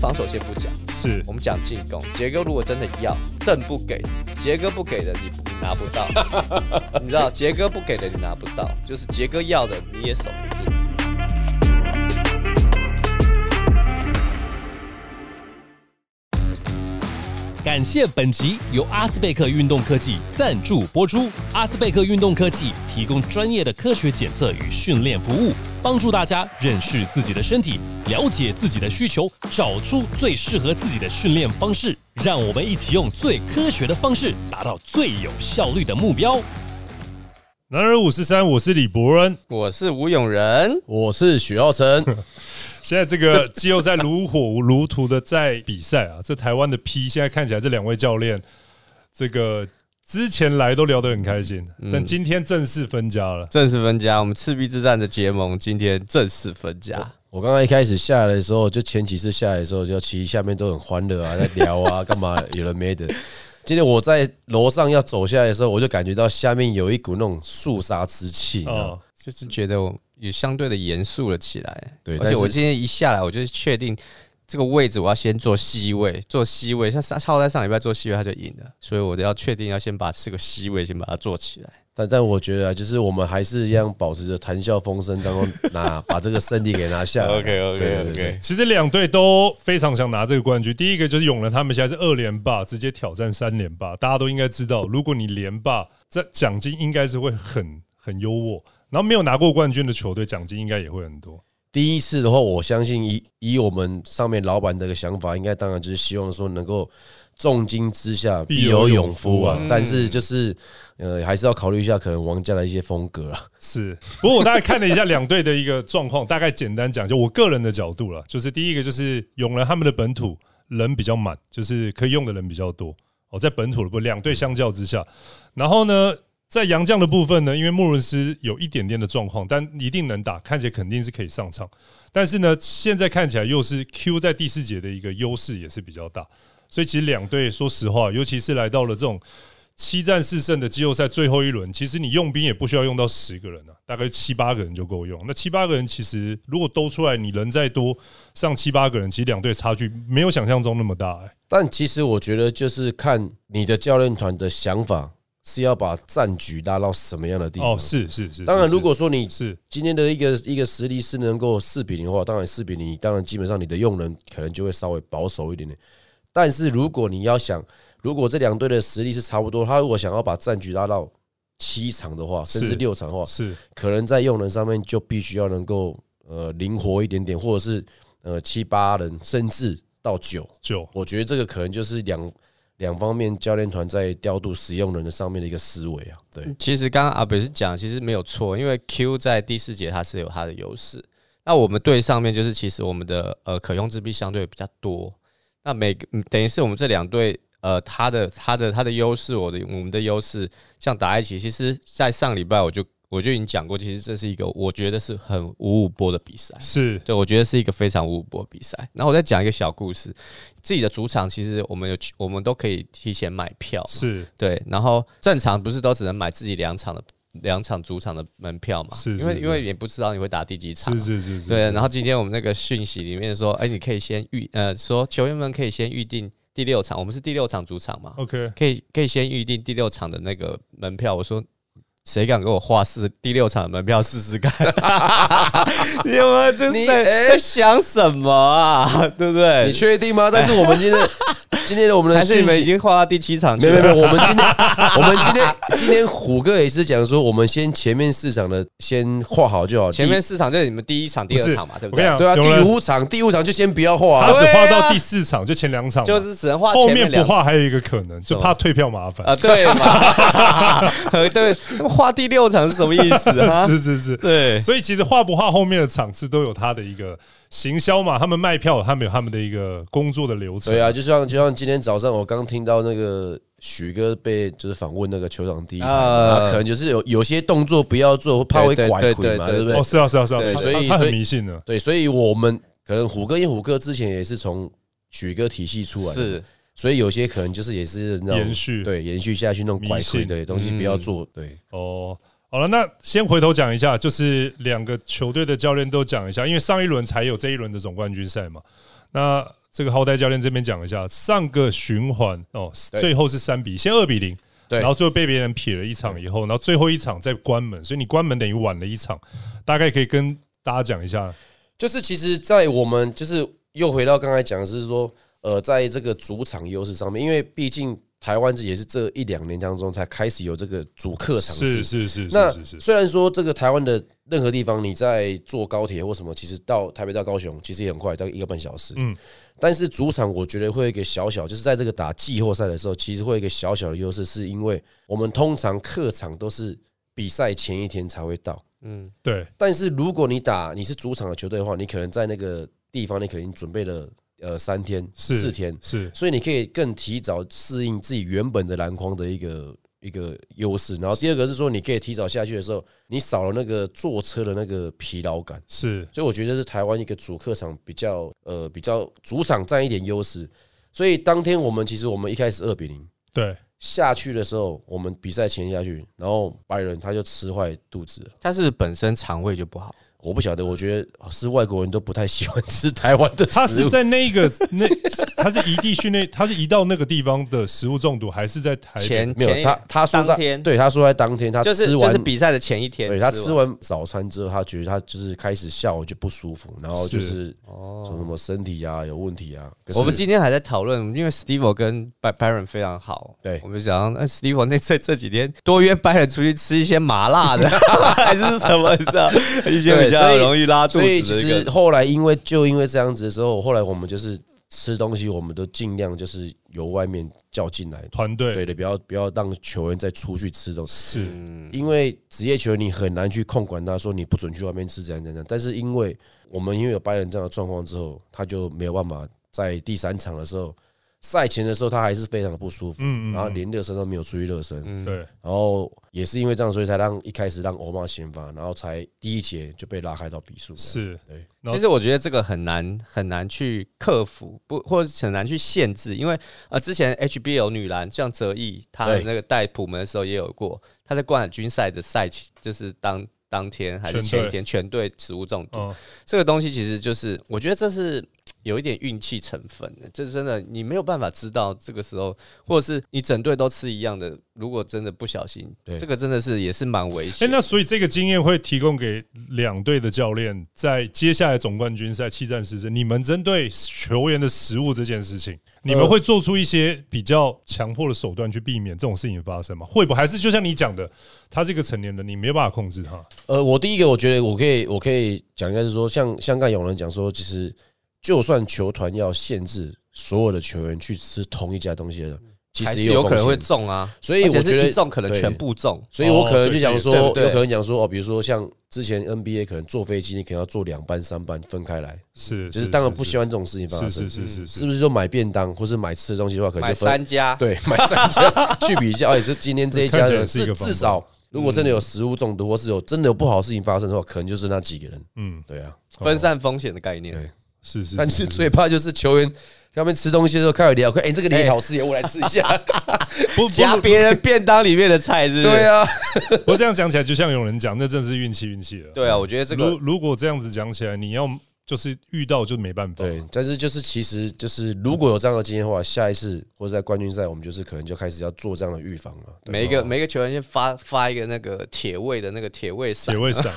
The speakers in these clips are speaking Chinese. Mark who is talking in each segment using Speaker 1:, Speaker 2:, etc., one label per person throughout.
Speaker 1: 防守先不讲，
Speaker 2: 是
Speaker 1: 我们讲进攻。杰哥如果真的要，正不给，杰哥不给的你你拿不到， 你知道杰哥不给的你拿不到，就是杰哥要的你也守不住。
Speaker 2: 感谢本集由阿斯贝克运动科技赞助播出。阿斯贝克运动科技提供专业的科学检测与训练服务，帮助大家认识自己的身体，了解自己的需求，找出最适合自己的训练方式。让我们一起用最科学的方式，达到最有效率的目标。
Speaker 3: 男人五十三，我是李伯恩。
Speaker 1: 我是吴永仁，
Speaker 4: 我是许耀成，
Speaker 3: 现在这个季后赛如火如荼的在比赛啊，这台湾的 P 现在看起来这两位教练，这个之前来都聊得很开心，
Speaker 1: 嗯
Speaker 3: 但今天正式分家了。
Speaker 1: 正式分家，我们赤壁之战的结盟今天正式分家。
Speaker 4: 我刚刚一开始下来的时候，就前几次下来的时候，就其实下面都很欢乐啊，在 聊啊，干嘛有人没的。今天我在楼上要走下来的时候，我就感觉到下面有一股那种肃杀之气。
Speaker 3: 哦
Speaker 4: 哦，，
Speaker 1: 啊就是觉得我也相对的严肃了起来。
Speaker 4: 对
Speaker 1: 而且我
Speaker 4: 但是
Speaker 1: 今天一下来，我就确定这个位置我要先做 C 位，做 C 位，像上超在上礼拜做 C 位他就赢了，所以我要确定要先把这个 C 位先把它做起来。
Speaker 4: 但但我觉得啊，就是我们还是一样保持着谈笑风生，刚刚拿 把这个胜利给拿下来。对对对
Speaker 3: 其实两队都非常想拿这个冠军。第一个就是永仁，他们现在是二连霸，直接挑战三连霸。大家都应该知道，如果你连霸，这奖金应该是会很很优渥。然后没有拿过冠军的球队，奖金应该也会很多。
Speaker 4: 第一次的话，我相信以以我们上面老板的一个想法，应该当然就是希望说能够重金之下
Speaker 3: 必
Speaker 4: 必
Speaker 3: 有
Speaker 4: 有
Speaker 3: 勇
Speaker 4: 勇
Speaker 3: 夫
Speaker 4: 夫
Speaker 3: 啊
Speaker 4: 啊，但是就是呃还是要考虑一下可能王家的一些风格啊。
Speaker 3: 是，不过我大概看了一下两队的一个状况，大概简单讲，就我个人的角度了，就是第一个就是永仁他们的本土人比较满，就是可以用的人比较多哦，在本土的部分，两队相较之下，然后呢，在洋将的部分呢，因为穆伦斯有一点点的状况，但一定能打，看起来肯定是可以上场，但是呢，现在看起来又是 Q 在第四节的一个优势也是比较大，所以其实两队说实话，尤其是来到了这种七战四胜的季后赛最后一轮，其实你用兵也不需要用到十个人啊，大概七八个人就够用。那七八个人其实如果都出来，你人再多上七八个人，其实两队差距没有想象中那么大、欸。
Speaker 4: 但其实我觉得就是看你的教练团的想法是要把战局拉到什么样的地
Speaker 1: 啊
Speaker 4: 方。
Speaker 3: 哦，是是是，
Speaker 4: 当然，
Speaker 3: 是
Speaker 4: 如果说你
Speaker 3: 是
Speaker 4: 今天的一个一个实力是能够四比零的话，当然四比零，你当然基本上你的用人可能就会稍微保守一点点。但是如果你要想，如果这两队的实力是差不多，他如果想要把战局拉到七场的话，甚
Speaker 3: 是
Speaker 4: 至六场的
Speaker 1: 哦
Speaker 4: 话，
Speaker 3: 是
Speaker 4: 可能在用人上面就必须要能够呃灵活一点点，或者是呃七八人，甚至到九。
Speaker 3: 九
Speaker 4: 我觉得这个可能就是两两方面教练团在调度使用人的上面的一个思维啊。对，
Speaker 1: 其实刚刚阿北是讲，其实没有错，因为 Q 在第四节它是有它的优势。那我们对上面就是，其实我们的呃可用之兵相对比较多。那每个嗯等于是我们这两队呃，他的他的他的优势，我的我们的优势，像打在一起，其实，在上礼拜我就我就已经讲过，其实这是一个我觉得是很五五波的比赛。
Speaker 3: 是
Speaker 1: 对，我觉得是一个非常无波比赛。然后我再讲一个小故事，自己的主场其实我们有去，我们都可以提前买票，
Speaker 3: 是
Speaker 1: 对。然后正常不是都只能买自己两场的两场主场的门票嘛？
Speaker 3: 是是
Speaker 1: 因为
Speaker 3: 是
Speaker 1: 因为也不知道你会打第几场
Speaker 3: 是
Speaker 1: 嘛。
Speaker 3: 是是是，
Speaker 1: 对，啊然后今天我们那个讯息里面说，哎，你可以先预呃，说球员们可以先预定第六场，我们是第六场主场嘛，
Speaker 3: OK
Speaker 1: 可以可以先预定第六场的那个门票。我说，谁敢给我画四第六场的门票试试看？ 你有没有这
Speaker 4: 你
Speaker 1: 是在
Speaker 4: 哎
Speaker 1: 在想什么啊？对不对？
Speaker 4: 你确定吗？但是我们今天 今天的我们的
Speaker 1: 还是你
Speaker 4: 讯
Speaker 1: 们已
Speaker 4: 息。
Speaker 1: 经画到第七场去
Speaker 4: 没
Speaker 1: 了？
Speaker 4: 有没有没有，我们 今天我们今天今天虎哥也是讲说，我们先前面四场的先画好就好。
Speaker 1: 前面
Speaker 4: 第
Speaker 1: 四场就是你们第一场、第二场嘛，对
Speaker 3: 我
Speaker 1: 不
Speaker 3: 跟你
Speaker 1: 对？
Speaker 3: 讲，
Speaker 4: 对啊，
Speaker 3: 有人
Speaker 4: 第五场第五场就先不要画
Speaker 3: 他
Speaker 4: 啊。
Speaker 3: 只画到
Speaker 1: 对啊
Speaker 3: 第四场，就前两场嘛，
Speaker 1: 就是只能画
Speaker 3: 后
Speaker 1: 前
Speaker 3: 面不
Speaker 1: 两场
Speaker 3: 画还有一个可能，
Speaker 1: 什
Speaker 3: 就
Speaker 1: 么
Speaker 3: 怕退票麻烦。
Speaker 1: 啊，对嘛？ 呃对，那么画第六场是什么意思 啊？
Speaker 3: 是是是，
Speaker 1: 对，
Speaker 3: 所以其实画不画后面的场次都有他的一个行销嘛，他们卖票，他们有他们的一个工作的流程。
Speaker 4: 对啊，就像就像今天早上我刚听到那个许哥被就是访问那个球场第一排嘛，
Speaker 1: 啊
Speaker 4: 啊可能就是有有些动作不要做，会怕会
Speaker 1: 对对
Speaker 4: 拐
Speaker 1: 对
Speaker 4: 腿嘛，
Speaker 1: 对对
Speaker 4: 对不
Speaker 3: 哦，
Speaker 4: 对？
Speaker 3: 是啊是啊是啊，
Speaker 1: 对
Speaker 3: 他
Speaker 4: 所以
Speaker 3: 他他
Speaker 4: 所
Speaker 3: 很
Speaker 4: 以
Speaker 3: 迷信的，
Speaker 4: 对，所以我们可能虎哥，因为虎哥之前也是从许哥体系出来的，
Speaker 1: 是
Speaker 4: 所以有些可能就是也是那种
Speaker 3: 延续
Speaker 4: 对延续下去那种拐
Speaker 3: 迷信
Speaker 4: 腿的东西不
Speaker 1: 嗯
Speaker 4: 要做，对。
Speaker 3: 哦。好了，那先回头讲一下，就是两个球队的教练都讲一下，因为上一轮才有这一轮的总冠军赛嘛。那这个浩代教练这边讲一下，上个循环哦，
Speaker 4: 对
Speaker 3: 最后是三比，先二比零，
Speaker 4: 对
Speaker 3: 然后最后被别人撇了一场以后，然后最后一场再关门，所以你关门等于晚了一场，大概可以跟大家讲一下，
Speaker 4: 就是其实，在我们就是又回到刚才讲，的是说，呃，在这个主场优势上面，因为毕竟台湾这也是这一两年当中才开始有这个主客场
Speaker 3: 是
Speaker 4: 制。
Speaker 3: 是是
Speaker 4: 那
Speaker 3: 是是是，
Speaker 4: 虽然说这个台湾的任何地方，你在坐高铁或什么，其实到台北到高雄其实也很快，大概一个半小时。
Speaker 3: 嗯
Speaker 4: 嗯，但是主场我觉得会有一个小小，就是在这个打季后赛的时候，其实会有一个小小的优势，是因为我们通常客场都是比赛前一天才会到。
Speaker 1: 嗯，
Speaker 3: 对
Speaker 4: 但是如果你打你是主场的球队的话，你可能在那个地方，你可能准备了呃三天
Speaker 3: 是
Speaker 4: 四天，
Speaker 3: 是
Speaker 4: 所以你可以更提早适应自己原本的篮筐的一个一个优势。然后第二个是说，你可以提早下去的时候，你少了那个坐车的那个疲劳感。
Speaker 3: 是
Speaker 4: 所以我觉得这是台湾一个主客场比较呃比较主场占一点优势。所以当天我们其实我们一开始二比零，
Speaker 3: 对，
Speaker 4: 下去的时候，我们比赛前下去，然后白人他就吃坏肚子了。
Speaker 1: 他是本身肠胃就不好，
Speaker 4: 我不晓得，我觉得啊是外国人都不太喜欢吃台湾的
Speaker 3: 他
Speaker 4: 食
Speaker 3: 是
Speaker 4: 物。
Speaker 3: 在那个那他是移地区那他是移到那个地方的食物中毒，还是在台北？
Speaker 1: 前
Speaker 4: 没有
Speaker 1: 前一
Speaker 4: 他，他说
Speaker 1: 当
Speaker 4: 在
Speaker 1: 天
Speaker 4: 对他说在当天他
Speaker 1: 就是
Speaker 4: 吃
Speaker 1: 就是
Speaker 4: 完，
Speaker 1: 比赛的前一天，
Speaker 4: 对他吃完早餐之后，他觉得他就是开始下午就不舒服，然后就是什么什么身体啊有问题啊。可
Speaker 1: 哦
Speaker 4: 是
Speaker 1: 我们今天还在讨论，因为 Steve 跟 By- Byron 非常好，
Speaker 4: 对
Speaker 1: 我们想，那 Steve 那这这几天多约 Byron 出去吃一些麻辣的， 还是什么你知道，一些
Speaker 4: 对
Speaker 1: 比较
Speaker 4: 所以
Speaker 1: 容易拉肚
Speaker 4: 所以其
Speaker 1: 子的一
Speaker 4: 实
Speaker 1: 个。
Speaker 4: 后来因为就因为这样子的时候，后来我们就是吃东西，我们都尽量就是由外面叫进来，
Speaker 3: 团队
Speaker 4: 对嗯的，不要不要让球员再出去吃东西。
Speaker 3: 是
Speaker 1: 嗯
Speaker 4: 因为职业球员你很难去控管他，说你不准去外面吃怎样怎样。但是因为我们因为有白人这样的状况之后，他就没有办法在第三场的时候，赛前的时候他还是非常的不舒服，
Speaker 3: 嗯嗯嗯
Speaker 4: 然后连热身都没有出去热身，
Speaker 1: 嗯，
Speaker 3: 对
Speaker 4: 然后也是因为这样，所以才让一开始让欧巴先发，然后才第一节就被拉开到比数。
Speaker 3: 是
Speaker 4: 对，
Speaker 3: 然后
Speaker 1: 其实我觉得这个很难很难去克服，不或者是很难去限制，因为呃，之前 HBL 女篮像泽毅，她的
Speaker 4: 对
Speaker 1: 那个带普门的时候也有过，她在冠军赛的赛期就是当当天还是
Speaker 3: 全
Speaker 1: 前一
Speaker 3: 队
Speaker 1: 天全队食物中毒，
Speaker 3: 嗯
Speaker 1: 这个东西其实就是，我觉得这是有一点运气成分的，这真的你没有办法知道这个时候，或者是你整队都吃一样的，如果真的不小心，
Speaker 4: 对
Speaker 1: 这个真的是也是蛮危
Speaker 3: 哎、
Speaker 1: 险。
Speaker 3: 那所以这个经验会提供给两队的教练，在接下来总冠军赛七战十胜，你们针对球员的食物这件事情，你们会做出一些比较强迫的手段去避免这种事情发生吗？会不？还是就像你讲的，他是一个成年人，你没有办法控制他。
Speaker 4: 呃，我第一个我觉得我可以我可以讲一下，是说像像刚有人讲说，其实就算球团要限制所有的球员去吃同一家东西的，其
Speaker 1: 还
Speaker 4: 实
Speaker 1: 是
Speaker 4: 也有
Speaker 1: 有可能
Speaker 4: 风
Speaker 1: 会
Speaker 4: 险
Speaker 1: 中啊，
Speaker 4: 所以
Speaker 1: 而且
Speaker 4: 我
Speaker 1: 是
Speaker 4: 觉
Speaker 1: 一
Speaker 4: 得
Speaker 1: 中可能
Speaker 4: 对
Speaker 1: 全部中，
Speaker 4: 所以我可
Speaker 3: 哦
Speaker 4: 能
Speaker 3: 对
Speaker 4: 就讲说，
Speaker 1: 这也是对
Speaker 4: 有可能讲说哦，比如说像之前 NBA 可能坐飞机，你可能要坐两班三班分开来，
Speaker 3: 是，
Speaker 4: 就是当然不希望这种事情发
Speaker 3: 是是是
Speaker 4: 生，
Speaker 3: 是
Speaker 4: 是
Speaker 3: 是
Speaker 4: 不是？就买便当或是买吃的东西的话，可能
Speaker 1: 买
Speaker 4: 就分
Speaker 1: 三家，
Speaker 4: 对买三家去比较，也是今天这一家
Speaker 3: 看起来
Speaker 4: 的
Speaker 3: 是一
Speaker 4: 至
Speaker 3: 个方法嗯
Speaker 4: 至少。如果真的有食物中毒，或是有真的有不好的事情发生的话，可能就是那几个人。
Speaker 3: 嗯，
Speaker 4: 对啊，
Speaker 1: 分散风险的概念
Speaker 4: 对。
Speaker 3: 是是，
Speaker 4: 但是最怕就是球员他们吃东西的时候开始聊，快，哎、这个你也好吃耶，我来吃一 下。
Speaker 3: 不不
Speaker 1: 夹别人便当里面的菜是不是？
Speaker 4: 对啊，
Speaker 3: 不这样讲起来，就像有人讲，那真的是运气运气了。
Speaker 1: 对啊，我觉得这
Speaker 3: 如
Speaker 1: 个
Speaker 3: 如果这样子讲起来，你要就是遇到就没办法。
Speaker 4: 对，但是就是其实就是如果有这样的经验的话，下一次或者在冠军赛，我们就是可能就开始要做这样的预防了。
Speaker 1: 每一个每一个球员先发发一个那个铁卫的那个铁卫
Speaker 3: 铁
Speaker 1: 伞，
Speaker 3: 卫闪。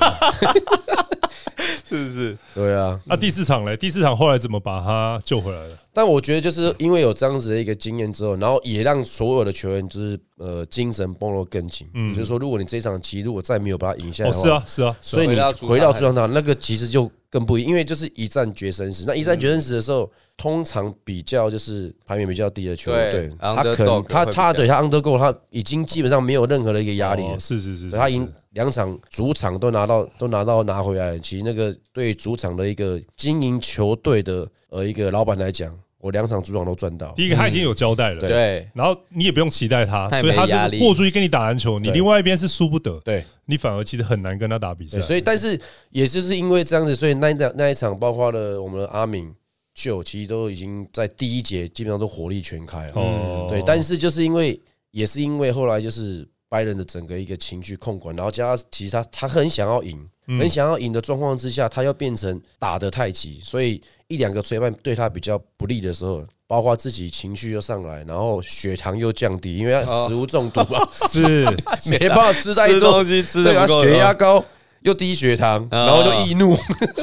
Speaker 1: 是不是？
Speaker 4: 对啊，
Speaker 3: 那、第四场嘞？第四场后来怎么把他救回来了？
Speaker 4: 但我觉得就是因为有这样子的一个经验之后，然后也让所有的球员就是呃精神绷得更紧。嗯，就是说如果你这一场棋如果再没有把它赢下来
Speaker 3: 哦，
Speaker 4: 的话，
Speaker 3: 是啊，是啊，
Speaker 4: 所以你
Speaker 1: 回到主场
Speaker 4: 回到主场上那个其实就更不一，因为就是一战决生死。那一战决生死的时候，通常比较就是排名比较低的球
Speaker 1: 对
Speaker 4: 队，他可
Speaker 1: underdog
Speaker 4: 能他
Speaker 1: 会比
Speaker 4: 他
Speaker 1: 较
Speaker 4: 对他 undergo 他已经基本上没有任何的一个压力了
Speaker 3: 哦。是是是，
Speaker 4: 对他
Speaker 3: 是
Speaker 4: 赢两场主场都拿到，都拿到拿回来了。其实那个对主场的一个经营球队的呃一个老板来讲，我两场主场都赚到。
Speaker 3: 第一个他已经有交代了，
Speaker 4: 嗯对
Speaker 1: 对，
Speaker 3: 然后你也不用期待他，
Speaker 1: 他也
Speaker 3: 所以
Speaker 1: 没
Speaker 3: 他
Speaker 1: 压
Speaker 3: 是
Speaker 1: 力
Speaker 3: 豁出去跟你打篮球，你
Speaker 4: 对
Speaker 3: 另外一边是输不得，
Speaker 4: 对
Speaker 3: 你反而其实很难跟他打比赛
Speaker 4: 对，。所以但是也就是因为这样子，所以那一场那一场包括了我们的阿敏、就其实都已经在第一节基本上都火力全开了。
Speaker 3: 哦
Speaker 4: 嗯对，但是就是因为也是因为后来就是拜仁的整个一个情绪控管，然后加上其实他
Speaker 1: 嗯
Speaker 4: 他很想要赢，很想要赢的状况之下，他又变成打得太急，所以一两个吹判对他比较不利的时候，包括自己情绪又上来，然后血糖又降低，因为他食物中 毒 嘛，
Speaker 3: 是
Speaker 4: 没办法吃太
Speaker 1: 吃
Speaker 4: 多
Speaker 1: 东，西吃
Speaker 4: 对
Speaker 1: 的
Speaker 4: 啊，
Speaker 1: 不够
Speaker 4: 血压高又低血糖，
Speaker 1: 啊
Speaker 4: 然后就易怒。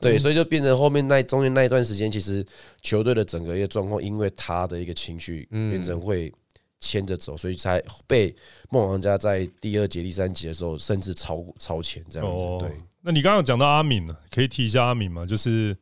Speaker 4: 对，所以就变成后面那中间那一段时间，其实球队的整个一个状况，因为他的一个情绪
Speaker 1: 嗯
Speaker 4: 变成会牵着走，所以才被梦王家在第二节、第三节的时候甚至超超前这样子。
Speaker 1: 哦
Speaker 4: 对，
Speaker 3: 哦那你刚刚有讲到阿敏呢，可以提一下阿敏吗？就是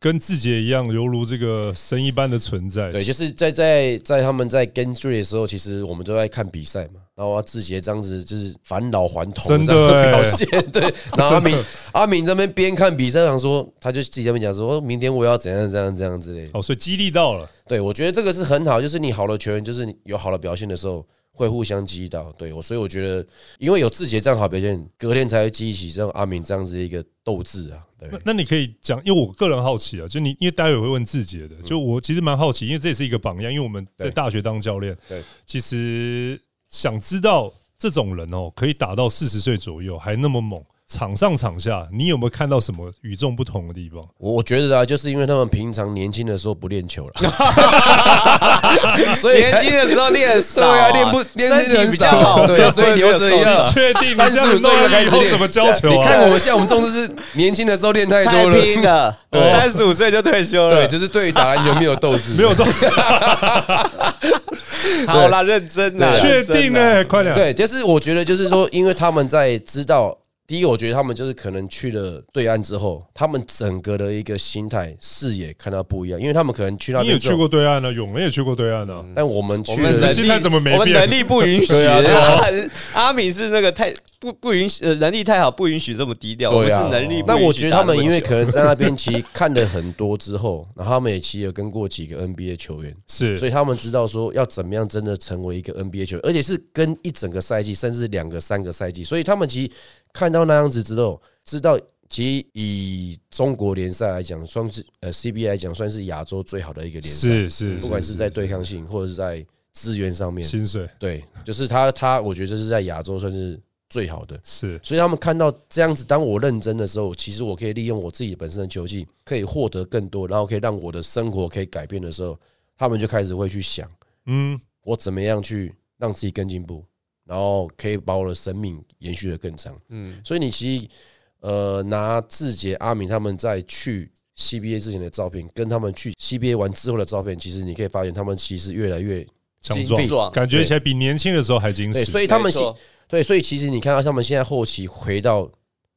Speaker 3: 跟志杰一样，犹如这个神一般的存在。
Speaker 4: 对，就是在在在他们在跟追的时候，其实我们都在看比赛嘛。然后啊志杰这样子就是返老还童
Speaker 3: 真的
Speaker 4: 这样
Speaker 3: 欸
Speaker 4: 表现， 对。然后阿敏阿敏这边边看比赛，想说他就自己在那边讲说，哦明天我要怎样怎样怎样之类的。
Speaker 3: 哦，所以激励到了，
Speaker 4: 对，我觉得这个是很好，就是你好的球员，就是你有好的表现的时候。会互相激励到，对我，所以我觉得，因为有志杰这样好表现，隔天才会激起像阿敏这样子一个斗志啊，对
Speaker 3: 那，那你可以讲，因为我个人好奇啊，就你，因为待会会问志杰的，就我其实蛮好奇，因为这也是一个榜样，因为我们在
Speaker 4: 嗯对
Speaker 3: 大学当教练，
Speaker 4: 对，
Speaker 3: 其实想知道这种人哦，可以打到四十岁左右还那么猛，场上场下，你有没有看到什么与众不同的地 方？
Speaker 4: 我我觉得啊，就是因为他们平常年轻的时候不练球了，所以才
Speaker 1: 年轻的时候练少、
Speaker 4: 对啊，练不练
Speaker 1: 身
Speaker 4: 得
Speaker 1: 体
Speaker 4: 很
Speaker 1: 比较好，
Speaker 4: 少，对，所以留着一样。
Speaker 3: 确定你
Speaker 4: 三
Speaker 3: 这样
Speaker 4: 十五岁
Speaker 3: 弄
Speaker 4: 就开
Speaker 3: 以
Speaker 4: 始
Speaker 3: 后
Speaker 4: 练
Speaker 3: 怎么教球
Speaker 4: 你
Speaker 3: 啊？
Speaker 4: 看我们现在，我们重视是年轻的时候练太
Speaker 1: 太
Speaker 4: 多了，
Speaker 1: 拼了，三十五岁就退休了
Speaker 4: 对，。就是对于打篮球没有斗志，
Speaker 3: 没有动，
Speaker 1: 好啦，认真啦，
Speaker 3: 确
Speaker 1: 认真啦
Speaker 3: 定呢、快点， 啊
Speaker 4: 啊对，就是我觉得就是说，因为他们在知道。第一个，我觉得他们就是可能去了对岸之后，他们整个的一个心态、视野看到不一样，因为他们可能去那
Speaker 3: 你也
Speaker 4: 边之
Speaker 3: 去
Speaker 4: 后，
Speaker 3: 过对岸呢、啊永文也去过对岸啊呢、
Speaker 4: 但我们
Speaker 1: 我
Speaker 4: 去
Speaker 1: 们
Speaker 4: 了
Speaker 1: 能
Speaker 3: 心
Speaker 1: 力
Speaker 3: 态怎么没变
Speaker 1: 我们能力不允许。
Speaker 4: 对啊对
Speaker 1: 阿敏是那个太不不允许，呃能力太好不允许这么低调。我们
Speaker 4: 对
Speaker 1: 是
Speaker 4: 啊
Speaker 1: 能力不允许打那
Speaker 4: 那
Speaker 1: 么久。
Speaker 4: 我觉得他们因为可能在那边其实看了很多之后，然后他们也其实有跟过几个 NBA 球员，
Speaker 3: 是，
Speaker 4: 所以他们知道说要怎么样真的成为一个 NBA 球员，而且是跟一整个赛季，甚至两个、三个赛季。所以他们其实看到那样子之后，知道其实以中国联赛来讲，算是呃 CBA 来讲，算是亚洲最好的一个联赛，
Speaker 3: 是是，
Speaker 4: 不管是在对抗性或者是在资源上面，
Speaker 3: 薪水
Speaker 4: 对，就是他他，我觉得这是在亚洲算是最好的。
Speaker 3: 是
Speaker 4: 所以他们看到这样子，当我认真的时候，其实我可以利用我自己本身的球技，可以获得更多，然后可以让我的生活可以改变的时候，他们就开始会去想，
Speaker 3: 嗯，
Speaker 4: 我怎么样去让自己更进步，然后可以把我的生命延续的更长。
Speaker 1: 嗯，
Speaker 4: 所以你其实呃拿志杰、阿明他们在去 CBA 之前的照片，跟他们去 CBA 完之后的照片，其实你可以发现他们其实越来越
Speaker 3: 强
Speaker 1: 精
Speaker 3: 壮，
Speaker 1: 壮
Speaker 3: 感觉起来比年轻的时候还精
Speaker 4: 对，
Speaker 3: 实。
Speaker 4: 所以他们
Speaker 1: 没
Speaker 4: 是
Speaker 1: 错
Speaker 4: 对，所以其实你看到他们现在后期回到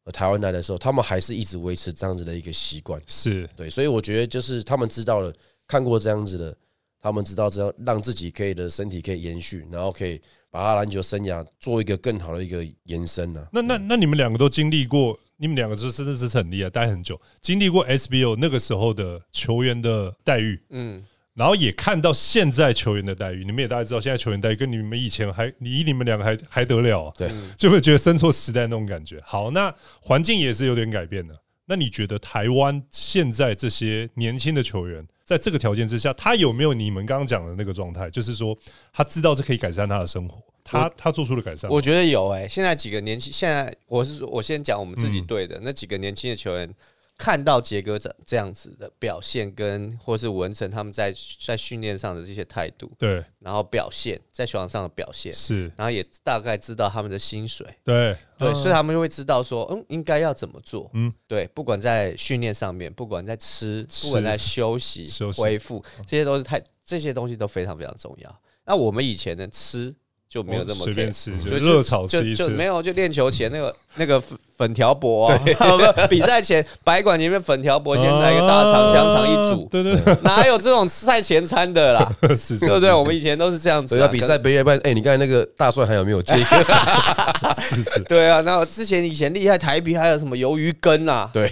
Speaker 4: 呃台湾来的时候，他们还是一直维持这样子的一个习惯。
Speaker 3: 是
Speaker 4: 对，所以我觉得就是他们知道了，看过这样子的，他们知道这样让自己可以的身体可以延续，然后可以把他篮球生涯做一个更好的一个延伸啊呢、
Speaker 3: 那那那你们两个都经历过，你们两个就真的是很厉害，待很久，经历过 SBO 那个时候的球员的待遇，
Speaker 1: 嗯，
Speaker 3: 然后也看到现在球员的待遇。你们也大概知道，现在球员待遇跟你们以前还，你你们两个还还得了、啊？
Speaker 4: 对，
Speaker 3: 就会觉得生错时代那种感觉。好，那环境也是有点改变的。那你觉得台湾现在这些年轻的球员，在这个条件之下，他有没有你们刚刚讲的那个状态？就是说，他知道这可以改善他的生活，他他做出了改善吗。
Speaker 1: 我觉得有诶、现在几个年轻，现在我是说我先讲我们自己
Speaker 4: 嗯
Speaker 1: 队的、那几个年轻的球员，看到杰哥这这样子的表现跟，或是文成他们在在训练上的这些态度，
Speaker 3: 对，
Speaker 1: 然后表现在球场上的表现，
Speaker 3: 是，
Speaker 1: 然后也大概知道他们的薪水，
Speaker 3: 对，
Speaker 1: 对，
Speaker 3: 嗯
Speaker 1: 所以他们就会知道说，嗯，应该要怎么做。
Speaker 3: 嗯
Speaker 1: 嗯，对，不管在训练上面，不管在吃，
Speaker 3: 吃
Speaker 1: 不管在休息、
Speaker 3: 休息嗯
Speaker 1: 恢复，这些都是太这些东西都非常非常重要。那我们以前呢，吃就没有这么
Speaker 3: 随便
Speaker 1: care
Speaker 3: 吃，
Speaker 1: 就
Speaker 3: 就
Speaker 1: 就
Speaker 3: 热炒
Speaker 1: 就
Speaker 3: 吃一
Speaker 1: 就
Speaker 3: 吃，
Speaker 1: 没有就练球前那个那个粉粉条薄啊， 有没有比赛前白馆里面粉条薄，先来个大肠香肠一
Speaker 3: 啊
Speaker 1: 煮，
Speaker 3: 对对， 对
Speaker 1: 哪有这种赛前餐的 啦？
Speaker 3: 是，
Speaker 1: 对不对？我们以前都是这样子
Speaker 4: 所
Speaker 1: 啊。
Speaker 4: 以要比
Speaker 1: 可
Speaker 4: 赛北野办，哎、你刚才那个大帅还有没有接？
Speaker 1: 对啊，那之前以前厉害台皮还有什么鱿鱼羹啊，
Speaker 4: 对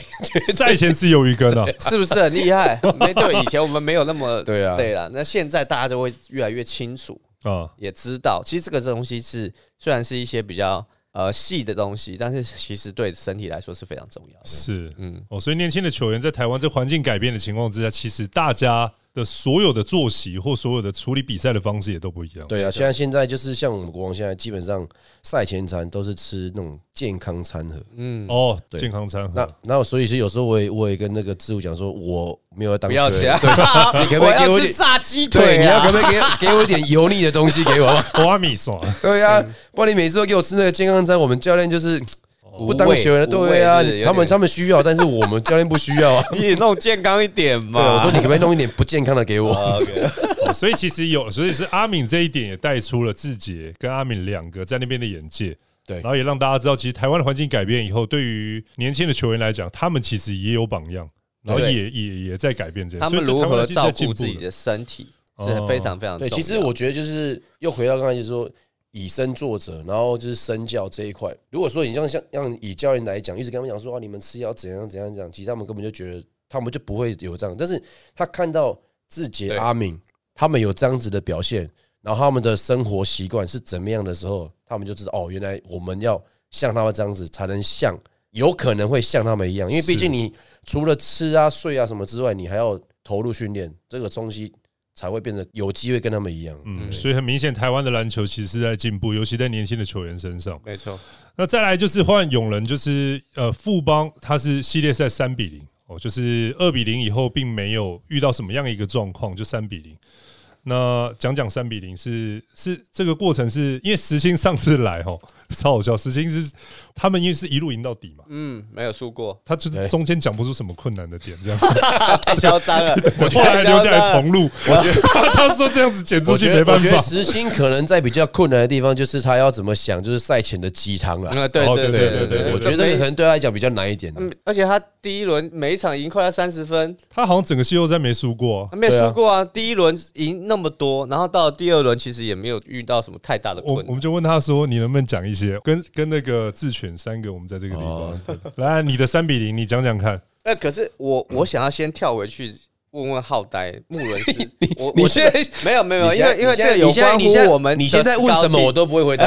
Speaker 3: 赛前吃鱿鱼羹啊，
Speaker 1: 是不是很厉 害？没对，以前我们没有那么
Speaker 4: 对啊
Speaker 1: 对了。那现在大家就会越来越清楚，
Speaker 3: 啊，
Speaker 1: 也知道，其实这个东西是虽然是一些比较呃细的东西，但是其实对身体来说是非常重要的。
Speaker 3: 是，
Speaker 1: 嗯，
Speaker 3: 哦，所以年轻的球员在台湾这环境改变的情况之下，其实大家的所有的作息或所有的处理比赛的方式也都不一样。
Speaker 4: 对啊，像现在就是像我们国王现在基本上赛前餐都是吃那种健康餐盒，
Speaker 1: 嗯，
Speaker 3: 哦，
Speaker 4: 对
Speaker 3: 健康餐盒
Speaker 4: 那那所以是有时候我也我也跟那个志武讲说，我没有要当
Speaker 1: 不要
Speaker 4: 球
Speaker 1: 钱，
Speaker 4: 员对， 你可不
Speaker 1: 我
Speaker 4: 可以给
Speaker 1: 要
Speaker 4: 我一
Speaker 1: 吃
Speaker 4: 点？
Speaker 1: 炸鸡
Speaker 4: 对，
Speaker 1: 腿
Speaker 4: 你要
Speaker 1: 啊
Speaker 4: 可！不可以给 给我一点油腻的东西给我好不
Speaker 3: 欧
Speaker 4: 好？
Speaker 3: 哦阿米爽，
Speaker 4: 对啊，
Speaker 1: 嗯
Speaker 4: 不然你每次都给我吃那个健康餐，我们教练就是不当球员了，
Speaker 1: 哦无味
Speaker 4: 对啊
Speaker 1: 无味是不是，有
Speaker 4: 他们
Speaker 1: 点
Speaker 4: 他们需要，但是我们教练不需要 啊。
Speaker 1: 你也弄健康一点
Speaker 4: 对，我
Speaker 1: 嘛。
Speaker 4: 说你可不可以弄一点不健康的给 我？
Speaker 3: 哦所以其实有，所以是阿敏这一点也带出了志杰跟阿敏两个在那边的眼界，
Speaker 4: 对
Speaker 3: 然后也让大家知道，其实台湾的环境改变以后，对于年轻的球员来讲，他们其实也有榜样，然后
Speaker 1: 对
Speaker 3: 也也也在改变这些，
Speaker 1: 他们
Speaker 3: 所以
Speaker 1: 如
Speaker 3: 台湾
Speaker 1: 何
Speaker 3: 的竞嗯赛
Speaker 1: 照
Speaker 3: 进
Speaker 1: 顾
Speaker 3: 步
Speaker 1: 自己
Speaker 3: 了
Speaker 1: 的身体是
Speaker 3: 哦
Speaker 1: 非常非常重
Speaker 4: 对，
Speaker 1: 要。
Speaker 4: 其实我觉得就是又回到刚才就是说以身作则，然后就是身教这一块。如果说你像像像以教练来讲，一直跟他们讲说啊，你们吃要怎样怎样怎样，其实他们根本就觉得他们就不会有这样。但是他看到志杰、
Speaker 1: 对
Speaker 4: 阿敏他们有这样子的表现，然后他们的生活习惯是怎么样的时候，他们就知道哦，原来我们要像他们这样子，才能像有可能会像他们一样，因为毕
Speaker 3: 是
Speaker 4: 竟你除了吃啊、睡啊什么之外，你还要投入训练，这个东西才会变得有机会跟他们一样。
Speaker 3: 嗯，所以很明显，台湾的篮球其实是在进步，尤其在年轻的球员身上。
Speaker 1: 没错，
Speaker 3: 那再来就是换永仁，就是呃富邦，他是系列赛三比零哦，就是二比零以后并没有遇到什么样一个状况，就三比零。那讲讲三比零是是这个过程是因为石青上次来哦， 超好笑，石青是他们因为是一路赢到底嘛，
Speaker 1: 嗯，没有输 过，
Speaker 3: 他就是
Speaker 4: 对
Speaker 3: 中间讲不出什么困难的点，这 样
Speaker 1: 太嚣张了。
Speaker 3: 后来还留下来重
Speaker 1: 从
Speaker 3: 录，我觉得 他说这样子剪出
Speaker 4: 我
Speaker 3: 去
Speaker 4: 觉
Speaker 3: 没
Speaker 4: 得，
Speaker 3: 办
Speaker 4: 我觉得
Speaker 3: 法，
Speaker 4: 石鑫可能在比较困难的地方，就是他要怎么想，就是赛前的鸡汤啊。
Speaker 1: 啊，对
Speaker 3: 哦
Speaker 1: 对
Speaker 3: 对
Speaker 1: 对
Speaker 3: 对
Speaker 1: 对
Speaker 3: 对
Speaker 1: 对，
Speaker 4: 我觉得这个可能对他来讲比较难一点、啊
Speaker 1: 嗯，而且他第一轮每一场赢快要三十分，
Speaker 3: 他好像整个季后赛没输过啊、
Speaker 1: 他没有
Speaker 4: 对啊
Speaker 1: 输过啊。第一轮赢那么多，然后到了第二轮其实也没有遇到什么太大的
Speaker 3: 我
Speaker 1: 困
Speaker 3: 我
Speaker 1: 难
Speaker 3: 们。就问他说：“你能不能讲一些跟跟那个智犬三个，我们在这个地
Speaker 4: 哦
Speaker 3: 方、 来你的三比零，你讲讲看。
Speaker 1: 那可是我我想要先跳回去问问浩呆穆伦 斯，我
Speaker 4: 你
Speaker 1: 我
Speaker 4: 现在
Speaker 1: 没有没有，因
Speaker 4: 你现在
Speaker 1: 为因为
Speaker 4: 你
Speaker 1: 这
Speaker 4: 现在
Speaker 1: 个有
Speaker 4: 你现
Speaker 1: 关
Speaker 4: 在你现在
Speaker 1: 乎我们的
Speaker 4: 你现在问什么
Speaker 1: scouting
Speaker 4: 我都不会回答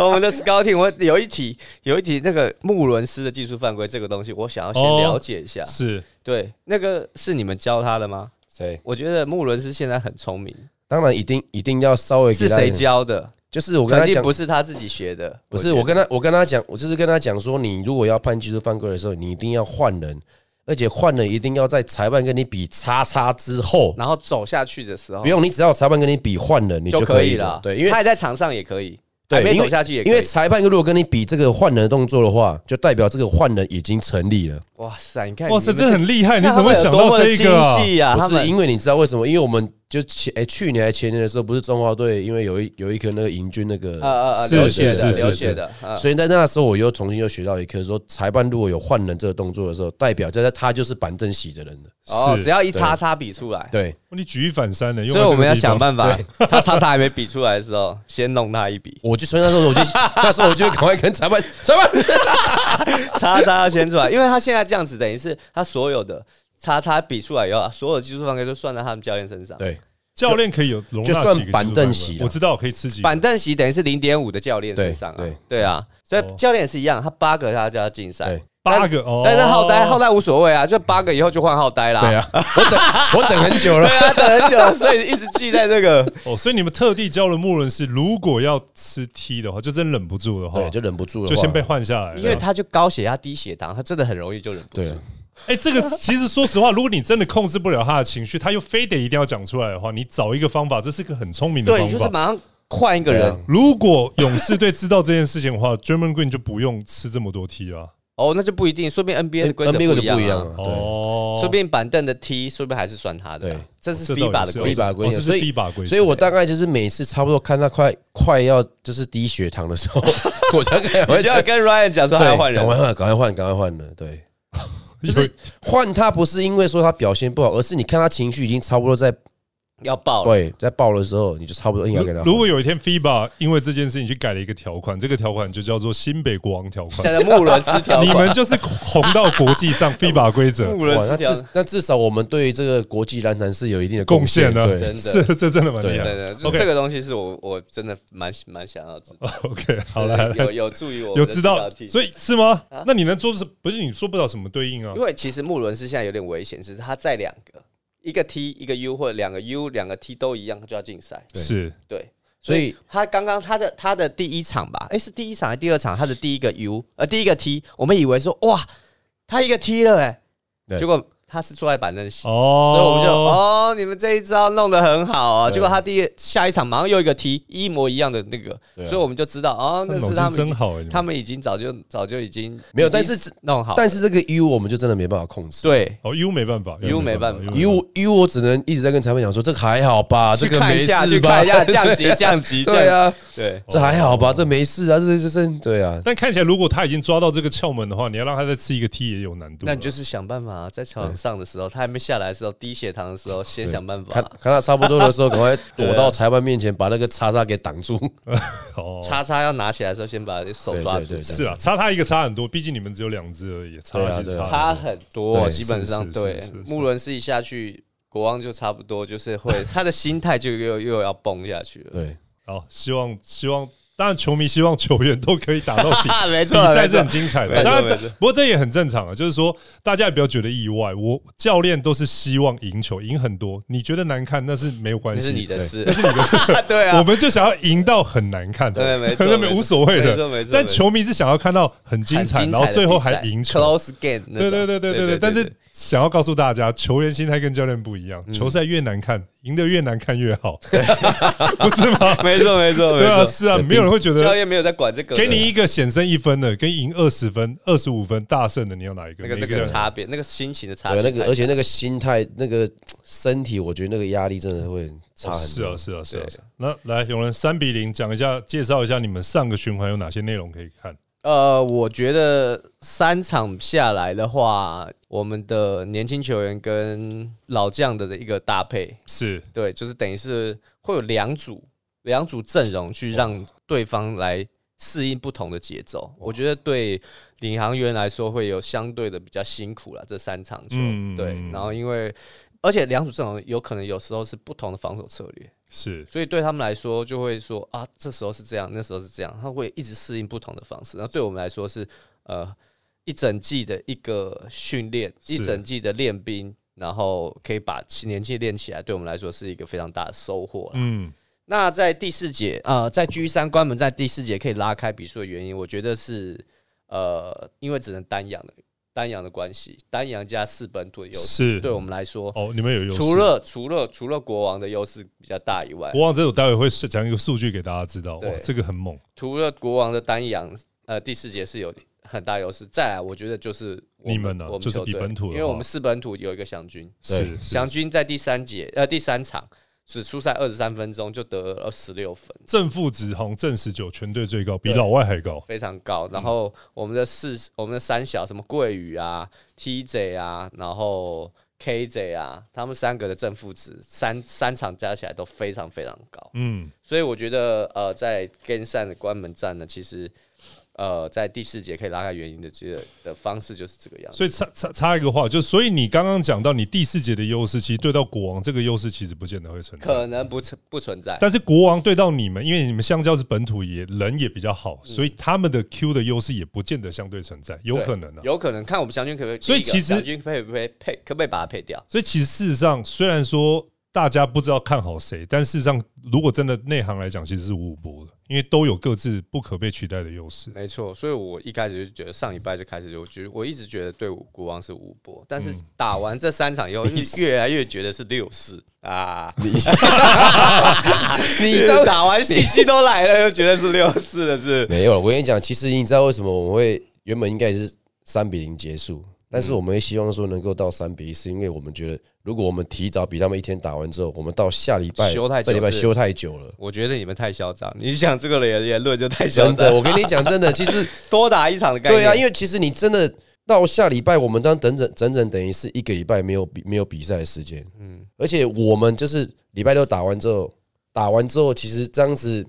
Speaker 1: 我们的 scouting，我有一题有一题那个穆伦斯的技术犯规这个东西，我想要先
Speaker 3: 哦
Speaker 1: 了解一下。
Speaker 3: 是
Speaker 1: 对，那个是你们教他的吗？
Speaker 4: 谁？
Speaker 1: 我觉得穆伦斯现在很聪明，
Speaker 4: 当然一定一定要稍微
Speaker 1: 是
Speaker 4: 给他
Speaker 1: 谁
Speaker 4: 一点，
Speaker 1: 教的？
Speaker 4: 就是我跟
Speaker 1: 肯
Speaker 4: 他
Speaker 1: 定
Speaker 4: 讲，
Speaker 1: 不是他自己学的。
Speaker 4: 不是
Speaker 1: 觉
Speaker 4: 我
Speaker 1: 得
Speaker 4: 跟他，我跟他讲，我就是跟他讲说，你如果要判技术犯规的时候，你一定要换人，而且换人一定要在裁判跟你比叉叉之后，
Speaker 1: 然后走下去的时候
Speaker 4: 不用你只要裁判跟你比换人，你
Speaker 1: 就
Speaker 4: 可
Speaker 1: 可以
Speaker 4: 了
Speaker 1: 了。。
Speaker 4: 对，因为
Speaker 1: 他也在场上也可以，
Speaker 4: 对
Speaker 1: 还没
Speaker 4: 因为
Speaker 1: 走下去也可以。
Speaker 4: 因为裁判如果跟你比这个换人的动作的话，就代表这个换人已经成立了。
Speaker 1: 哇塞，哎你看，
Speaker 3: 哇塞，
Speaker 1: 你们
Speaker 3: 这很厉害，你
Speaker 1: 看
Speaker 3: 怎么
Speaker 1: 他
Speaker 3: 会
Speaker 1: 们有
Speaker 3: 想
Speaker 1: 多
Speaker 3: 到
Speaker 1: 么
Speaker 3: 这
Speaker 1: 的
Speaker 3: 个啊
Speaker 1: 精？细啊？他
Speaker 4: 不是
Speaker 1: 们
Speaker 4: 因为你知道为什么？因为我们就前哎、去年还前年的时候，不是中华队因为有一有一颗那个银军那个
Speaker 1: 呃呃呃，
Speaker 3: 是
Speaker 1: 流血
Speaker 3: 是
Speaker 1: 的，
Speaker 3: 是
Speaker 1: 流
Speaker 3: 是
Speaker 1: 血的，嗯
Speaker 4: 所以在那时候，我又重新又学到一课，说裁判如果有换人这个动作的时候，代表就是他就是板凳席的人了。
Speaker 1: 哦，
Speaker 3: 是
Speaker 1: 只要一叉叉比出来，
Speaker 4: 对，，
Speaker 3: 你举一反三的，
Speaker 1: 所以我们要想
Speaker 3: 法。
Speaker 1: 办法，他叉叉还没比出来的时候，先弄他一笔
Speaker 4: 我就所以那时候 我就那时候我就赶快跟裁判裁判，
Speaker 1: 叉叉要先出来，因为他现在这样子，等于是他所有的叉叉比出来以后，所有技术犯规都算在他们教练身上。
Speaker 4: 对
Speaker 3: 教练可以有容纳
Speaker 4: 就算
Speaker 3: 几个
Speaker 4: 板凳席
Speaker 3: 技术犯规
Speaker 4: 啦
Speaker 3: 我知道可以吃几个
Speaker 1: 啊板凳席等于是零点五的教练身上啊，
Speaker 4: 对对
Speaker 1: 啊，所以
Speaker 3: 哦
Speaker 1: 教练也是一样，他八个他就要竞赛
Speaker 4: 对，
Speaker 3: 八个哦，
Speaker 1: 但是浩呆浩呆无所谓啊，就八个以后就换浩呆啦。
Speaker 4: 对啊，我等我等很久了。
Speaker 1: 对啊，等很久了，所以一直记在这个。
Speaker 3: 哦，所以你们特地教了穆伦斯，如果要吃 T 的话，就真忍不住的话
Speaker 4: 对，，就忍不住了，
Speaker 3: 就先被换下来了。
Speaker 1: 因为他就高血压、低血糖，他真的很容易就忍不
Speaker 4: 对啊
Speaker 1: 住。
Speaker 3: 哎，这个其实说实话，如果你真的控制不了他的情绪，他又非得一定要讲出来的话，你找一个方法，这是个很聪明的
Speaker 1: 对，
Speaker 3: 方
Speaker 1: 你就是
Speaker 3: 法。
Speaker 1: 马上换一个
Speaker 4: 对
Speaker 1: 人
Speaker 4: 啊。
Speaker 3: 如果勇士队知道这件事情的话，German Green 就不用吃这么多 T 啊。
Speaker 1: 哦，那就不一定，说不定 NBA 的规则
Speaker 4: NBA 就不
Speaker 1: 一
Speaker 4: 一样
Speaker 1: 样啊。
Speaker 4: 了，对。
Speaker 3: 哦，
Speaker 1: 说不定板凳的 T，说不定还是算他的啊
Speaker 4: 对。
Speaker 1: 这是
Speaker 3: 这倒也
Speaker 1: FIBA 的
Speaker 3: 是
Speaker 1: 规则。
Speaker 4: FIBA 规
Speaker 3: 哦这
Speaker 4: 则，
Speaker 3: 是
Speaker 4: 所以
Speaker 3: FIBA 规则
Speaker 4: 所以我大概就是每次差不多看他快快要就是低血糖的时 候，我才赶
Speaker 1: 我
Speaker 4: 快
Speaker 1: 就要
Speaker 4: 讲
Speaker 1: 跟 Ryan 讲说
Speaker 4: 对，
Speaker 1: 他要换人。
Speaker 4: 赶快换，赶快换，赶快换了。对，就是
Speaker 3: 有
Speaker 4: 换他不是因为说他表现不好，而是你看他情绪已经差不多在
Speaker 1: 要爆了。
Speaker 4: 对在爆的时候，你就差不多应该给他换。
Speaker 3: 如果有一天 FIBA 因为这件事情去改了一个条款，这个条款就叫做新北国王条
Speaker 1: 讲
Speaker 3: 款，
Speaker 1: 的穆伦斯条
Speaker 3: 你
Speaker 1: 款
Speaker 3: 们，就是红到国际上 FIBA 规则。
Speaker 1: 穆伦
Speaker 4: 哇，
Speaker 1: 斯
Speaker 4: 那
Speaker 1: 条
Speaker 4: 至
Speaker 1: 款，
Speaker 4: 那至少我们对这个国际篮坛是有一定的
Speaker 3: 贡
Speaker 4: 献
Speaker 3: 献呢，
Speaker 4: 对，
Speaker 1: 真
Speaker 3: 是
Speaker 1: 的
Speaker 3: 这真的蛮厉
Speaker 1: 对
Speaker 3: 害的。
Speaker 1: 对，就
Speaker 3: 啊 OK
Speaker 1: 这个东西是我我真的蛮蛮想要知道。
Speaker 3: 哦 OK，好来来
Speaker 1: 有有助于我
Speaker 3: 有知道，
Speaker 1: 以
Speaker 3: 所以是吗？那
Speaker 4: 嗯
Speaker 3: 你能做是不是你做不了什么对应啊
Speaker 1: 因？为其实穆伦斯现在有点危险，只是他在两个，一个 T 一个 U 或者两个 U 两个 T 都一样，他就要竞赛。
Speaker 3: 是
Speaker 1: 对，
Speaker 4: 所以
Speaker 1: 他刚刚他的他的第一场吧，诶，是第一场还是第二场？他的第一个 U 呃第一个 T，我们以为说哇，他一个 T 了哎、
Speaker 4: 对
Speaker 1: 结果他是坐在板凳席，
Speaker 3: 哦，
Speaker 1: 所以我们就哦你们这一招弄得很好哦。结果他第一下一场马上又一个 T，一模一样的那个，
Speaker 4: 对啊
Speaker 1: 所以我们就知道哦那
Speaker 3: 脑
Speaker 1: 是他
Speaker 3: 筋
Speaker 1: 们已
Speaker 3: 真
Speaker 1: 经
Speaker 3: 好哎，你们
Speaker 1: 他们已经早就早就已经
Speaker 4: 没有
Speaker 1: 已经
Speaker 4: 但是这
Speaker 1: 弄好，
Speaker 4: 但是这个 U 我们就真的没办法控制。
Speaker 1: 对
Speaker 3: 哦 U 没办法
Speaker 1: U 没办法
Speaker 4: U U 我只能一直在跟裁判讲说，这个还好
Speaker 3: 啊
Speaker 4: 吧，这
Speaker 1: 去
Speaker 4: 个
Speaker 1: 看
Speaker 4: 没
Speaker 1: 一下去
Speaker 4: 事吧
Speaker 1: 看一下，降 级降级，
Speaker 4: 对啊，
Speaker 1: 对。
Speaker 4: 这还好吧，这没事啊，这这这对啊，
Speaker 3: 但看起来，如果他已经抓到这个窍门的话，你要让他再吃一个 T 也有难度了。
Speaker 1: 那你就是想办法啊、在球场上的时候，他还没下来的时候，低血糖的时候，先想办法
Speaker 4: 看看他差不多的时候，赶 快
Speaker 1: 啊
Speaker 4: 躲到裁判面前，把那个叉叉给挡住。
Speaker 3: 哦，
Speaker 1: 叉叉要拿起来的时候，先把手抓住
Speaker 4: 对对对。对
Speaker 3: 是啊，差他一个差很多，毕竟你们只有两只而已，差
Speaker 4: 对啊
Speaker 3: 其实
Speaker 4: 对啊
Speaker 1: 差
Speaker 3: 差很
Speaker 1: 很多，
Speaker 4: 对
Speaker 1: 基本上
Speaker 3: 是是
Speaker 1: 对
Speaker 3: 是是。
Speaker 1: 穆伦斯一下去，国王就差不多，就是会他的心态就又又要崩下去了。
Speaker 4: 对，
Speaker 3: 多。好，希望希望，当然球迷希望球员都可以打到底，
Speaker 1: 啊， 没
Speaker 3: 比
Speaker 1: 错，没
Speaker 3: 赛是
Speaker 1: 错
Speaker 3: 很精彩
Speaker 1: 没
Speaker 3: 的。
Speaker 1: 错
Speaker 3: 当然这
Speaker 1: 没，错
Speaker 3: 不过这也很正常啊，就是说大家也不要觉得意外。我教练都是希望赢球，赢很多，你觉得难看那是没有关
Speaker 1: 那
Speaker 3: 系，
Speaker 1: 是你的
Speaker 4: 对
Speaker 1: 事，那是你的事。 对
Speaker 3: 我
Speaker 1: 啊，
Speaker 3: 们就想要赢到很难看，
Speaker 1: 对没错
Speaker 3: 那
Speaker 1: 没
Speaker 3: 没
Speaker 1: 错
Speaker 3: 无所谓
Speaker 1: 没错没
Speaker 3: 的
Speaker 1: 错。
Speaker 3: 但
Speaker 1: 没错
Speaker 3: 球迷是想要看到很精彩，
Speaker 1: 很
Speaker 3: 然后最后还
Speaker 1: 比赛啊
Speaker 3: 赢球。
Speaker 1: ，close game 那
Speaker 3: 对
Speaker 1: 种。
Speaker 3: 对对对对对，但是想要告诉大家，球员心态跟教练不一样，
Speaker 1: 嗯
Speaker 3: 球赛越难看，赢得越难看越好， 不是吗？
Speaker 1: 没错没错没
Speaker 3: 对啊，
Speaker 1: 错，
Speaker 3: 是啊，没有人会觉
Speaker 1: 教
Speaker 3: 得
Speaker 1: 练没有在管这个的，
Speaker 3: 给你一个险胜一分的，跟赢二十分、二十五分大胜的，你要哪一个？
Speaker 1: 那个那
Speaker 3: 每
Speaker 1: 个
Speaker 3: 人
Speaker 1: 差别，那个心情的差
Speaker 4: 对
Speaker 1: 别
Speaker 4: 那
Speaker 1: 太大，
Speaker 4: 个，而且那个心态、那个身体，我觉得那个压力真的会
Speaker 1: 哦
Speaker 4: 差很多。
Speaker 3: 是啊，是啊，是啊
Speaker 1: 对。
Speaker 3: 是啊那来，永仁三比零，讲一下，介绍一下你们上个循环有哪些内容可以看？
Speaker 1: 呃，我觉得三场下来的话，我们的年轻球员跟老将的一个搭配，
Speaker 3: 是
Speaker 1: 对，就是等于是会有两组两组阵容去让对方来适应不同的节奏。我觉得对领航员来说会有相对的比较辛苦了，这三场球，
Speaker 3: 嗯
Speaker 1: 对
Speaker 3: 嗯，
Speaker 1: 然后因为而且两组阵容有可能有时候是不同的防守策略，
Speaker 3: 是，
Speaker 1: 所以对他们来说，就会说啊，这时候是这样，那时候是这样，他会一直适应不同的方式。那对我们来说是呃一整季的一个训练，
Speaker 3: 是
Speaker 1: 一整季的练兵，然后可以把青年纪练起来，对我们来说是一个非常大的收获啦。
Speaker 3: 嗯，
Speaker 1: 那在第四节，呃，在 G 三关门在第四节可以拉开比数的原因，我觉得是呃，因为只能单养的单养的关系，单养加四本土的优势，
Speaker 3: 是
Speaker 1: 对我们来说。
Speaker 3: 哦，你们有优势。
Speaker 1: 除了除了除了国王的优势比较大以外，
Speaker 3: 国王这种，待会会讲一个数据给大家知道，哇
Speaker 1: 对，
Speaker 3: 这个很猛。
Speaker 1: 除了国王的丹阳，呃，第四节是有很大优势。再来，我觉得就是我
Speaker 3: 你们啊
Speaker 1: 我们
Speaker 3: 就是
Speaker 1: 球队
Speaker 3: 比本土的话
Speaker 1: 因为我们四本土有一个祥军，
Speaker 4: 对
Speaker 3: 是是
Speaker 1: 祥军在第三节呃第三场只出赛二十三分钟就得了十六分，
Speaker 3: 正负值好像正十九，全队最高，比
Speaker 1: 对
Speaker 3: 老外还高。
Speaker 1: 非常高。然后
Speaker 3: 嗯
Speaker 1: 我们的四我们的三小什么桂宇啊、TJ 啊，然后 KJ 啊，他们三个的正负值三三场加起来都非常非常高。
Speaker 3: 嗯，
Speaker 1: 所以我觉得呃，在跟善的关门战呢，其实呃，在第四节可以拉开原因的这个的方式就是这个样子。
Speaker 3: 所以插插插一个话，就所以你刚刚讲到你第四节的优势，其实对到国王这个优势其实不见得会存在。
Speaker 1: 可能不存不存在，
Speaker 3: 但是国王对到你们，因为你们相较是本土也人也比较好，所以他们的 Q 的优势也不见得相对存在，
Speaker 1: 嗯
Speaker 3: 有
Speaker 1: 对
Speaker 3: 可能啊。
Speaker 1: 有可能看我们湘军可不可以，
Speaker 3: 所以
Speaker 1: 第一个
Speaker 3: 其实
Speaker 1: 湘军配不配配可不可以把它配掉？
Speaker 3: 所以其实事实上，虽然说大家不知道看好谁，但事实上，如果真的内行来讲，其实是五五波的，因为都有各自不可被取代的优势。
Speaker 1: 没错，所以我一开始就觉得上礼拜就开始，我觉得我一直觉得对国王是五波，但是
Speaker 4: 嗯
Speaker 1: 打完这三场以 后，越来越觉得是六四啊，
Speaker 4: 你
Speaker 1: 你上打完信息都来了，又觉得是六四了，是
Speaker 4: 没有了，我跟你讲，其实你知道为什么我们会原本应该是三比零结束，但是我们会希望说能够到三比一，是因为我们觉得如果我们提早比他们一天打完之后，我们到下礼拜
Speaker 1: 休太久
Speaker 4: 这礼拜
Speaker 1: 是
Speaker 4: 休太久了。
Speaker 1: 我觉得你们太嚣张，你讲这个言言论就太嚣
Speaker 4: 真
Speaker 1: 张。
Speaker 4: 的，我跟你讲，真的，其实
Speaker 1: 多打一场的概念。
Speaker 4: 对 啊，因
Speaker 1: 为
Speaker 4: 为其实你真的到下礼拜，我们当整整整整等于是一个礼拜没有比没有比赛的时间，嗯，而且我们就是礼拜六打完之后，打完之后，其实这样子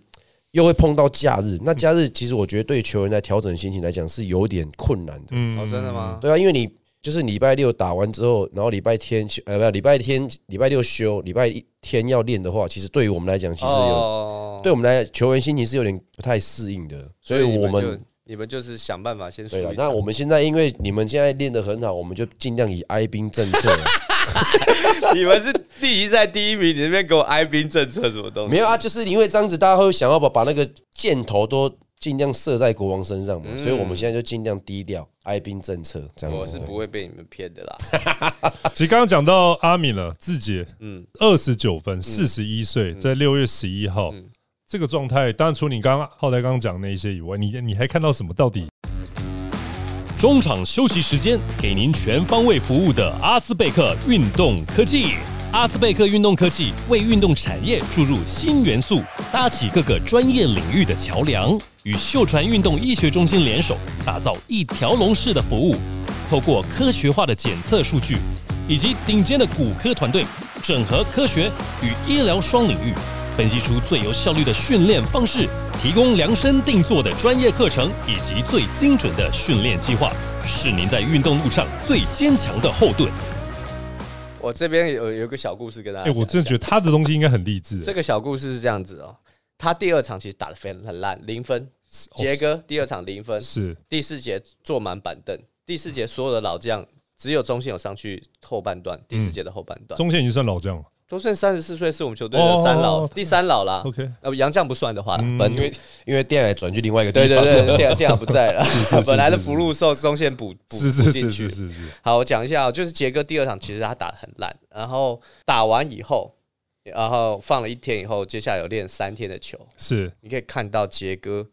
Speaker 4: 又会碰到假日，那假日其实我觉得对球员来调整心情来讲是有点困难的，
Speaker 3: 嗯
Speaker 1: 哦，真的？吗？
Speaker 4: 对啊，因为你就是礼拜六打完之后，然后礼拜天休，呃，不，礼拜天礼拜六休，礼拜一天要练的话，其实对于我们来讲，其实有。
Speaker 1: 哦，
Speaker 4: 对我们来讲球员心情是有点不太适应的，所以
Speaker 1: 你
Speaker 4: 我
Speaker 1: 就
Speaker 4: 们
Speaker 1: 你们就是想办法先输
Speaker 4: 对了啊
Speaker 1: 一，
Speaker 4: 那
Speaker 1: 场
Speaker 4: 我们现在因为你们现在练得很好，我们就尽量以哀兵政策，
Speaker 1: 你们是第一赛第一名，你那边给我哀兵政策什么东西？
Speaker 4: 没有啊，就是因为这样子，大家会想要把把那个箭头都尽量射在国王身上嘛，所以我们现在就尽量低调，哀兵政策这样
Speaker 1: 嗯我
Speaker 4: 子
Speaker 1: 是。不会被你们骗的啦。
Speaker 3: 嗯其实刚刚讲到阿米了，志杰，嗯，二十九分，四十一岁，
Speaker 1: 嗯
Speaker 3: 在六月十一号，这个状态，当然除你刚刚浩代刚刚讲那一些以外，你你还看到什么？到底
Speaker 2: 中场休息时间，给您全方位服务的阿斯贝克运动科技。阿斯贝克运动科技为运动产业注入新元素，搭起各个专业领域的桥梁，与秀传运动医学中心联手，打造一条龙式的服务。透过科学化的检测数据，以及顶尖的骨科团队，整合科学与医疗双领域，分析出最有效率的训练方式，提供量身定做的专业课程以及最精准的训练计划，是您在运动路上最坚强的后盾。
Speaker 1: 我这边有有一个小故事跟大家啊
Speaker 3: 哎、
Speaker 1: 讲一下。
Speaker 3: 我真的觉得他的东西应该很励志、
Speaker 1: 这个小故事是这样子哦，他第二场其实打的非常很烂，零分。杰哥第二场零分，
Speaker 3: 哦是
Speaker 1: 第四节坐满板凳，第四节所有的老将只有中线有上去后半段，第四节的后半段，
Speaker 3: 嗯中线已经算老将了
Speaker 1: 中线三十四岁是我们球队
Speaker 3: 哦
Speaker 1: 的三老、
Speaker 3: 哦
Speaker 1: 第三老啦。
Speaker 3: ，OK，嗯
Speaker 1: 呃，杨将不算的话啦，本
Speaker 4: 因
Speaker 1: 土
Speaker 4: 为因为电台转去另外一个地
Speaker 1: 对
Speaker 4: 方，
Speaker 1: 对 对，电电脑不在了，
Speaker 3: 是是
Speaker 1: 本来的
Speaker 3: 是
Speaker 1: 福禄寿中线补补
Speaker 3: 是
Speaker 1: 补
Speaker 3: 是
Speaker 1: 进
Speaker 3: 是
Speaker 1: 去
Speaker 3: 是。是是，
Speaker 1: 好，我讲一下、哦，就是杰哥第二场其实他打的很烂，然后打完以后，然后放了一天以后，接下来有练三天的球，
Speaker 3: 是
Speaker 1: 你可以看到杰哥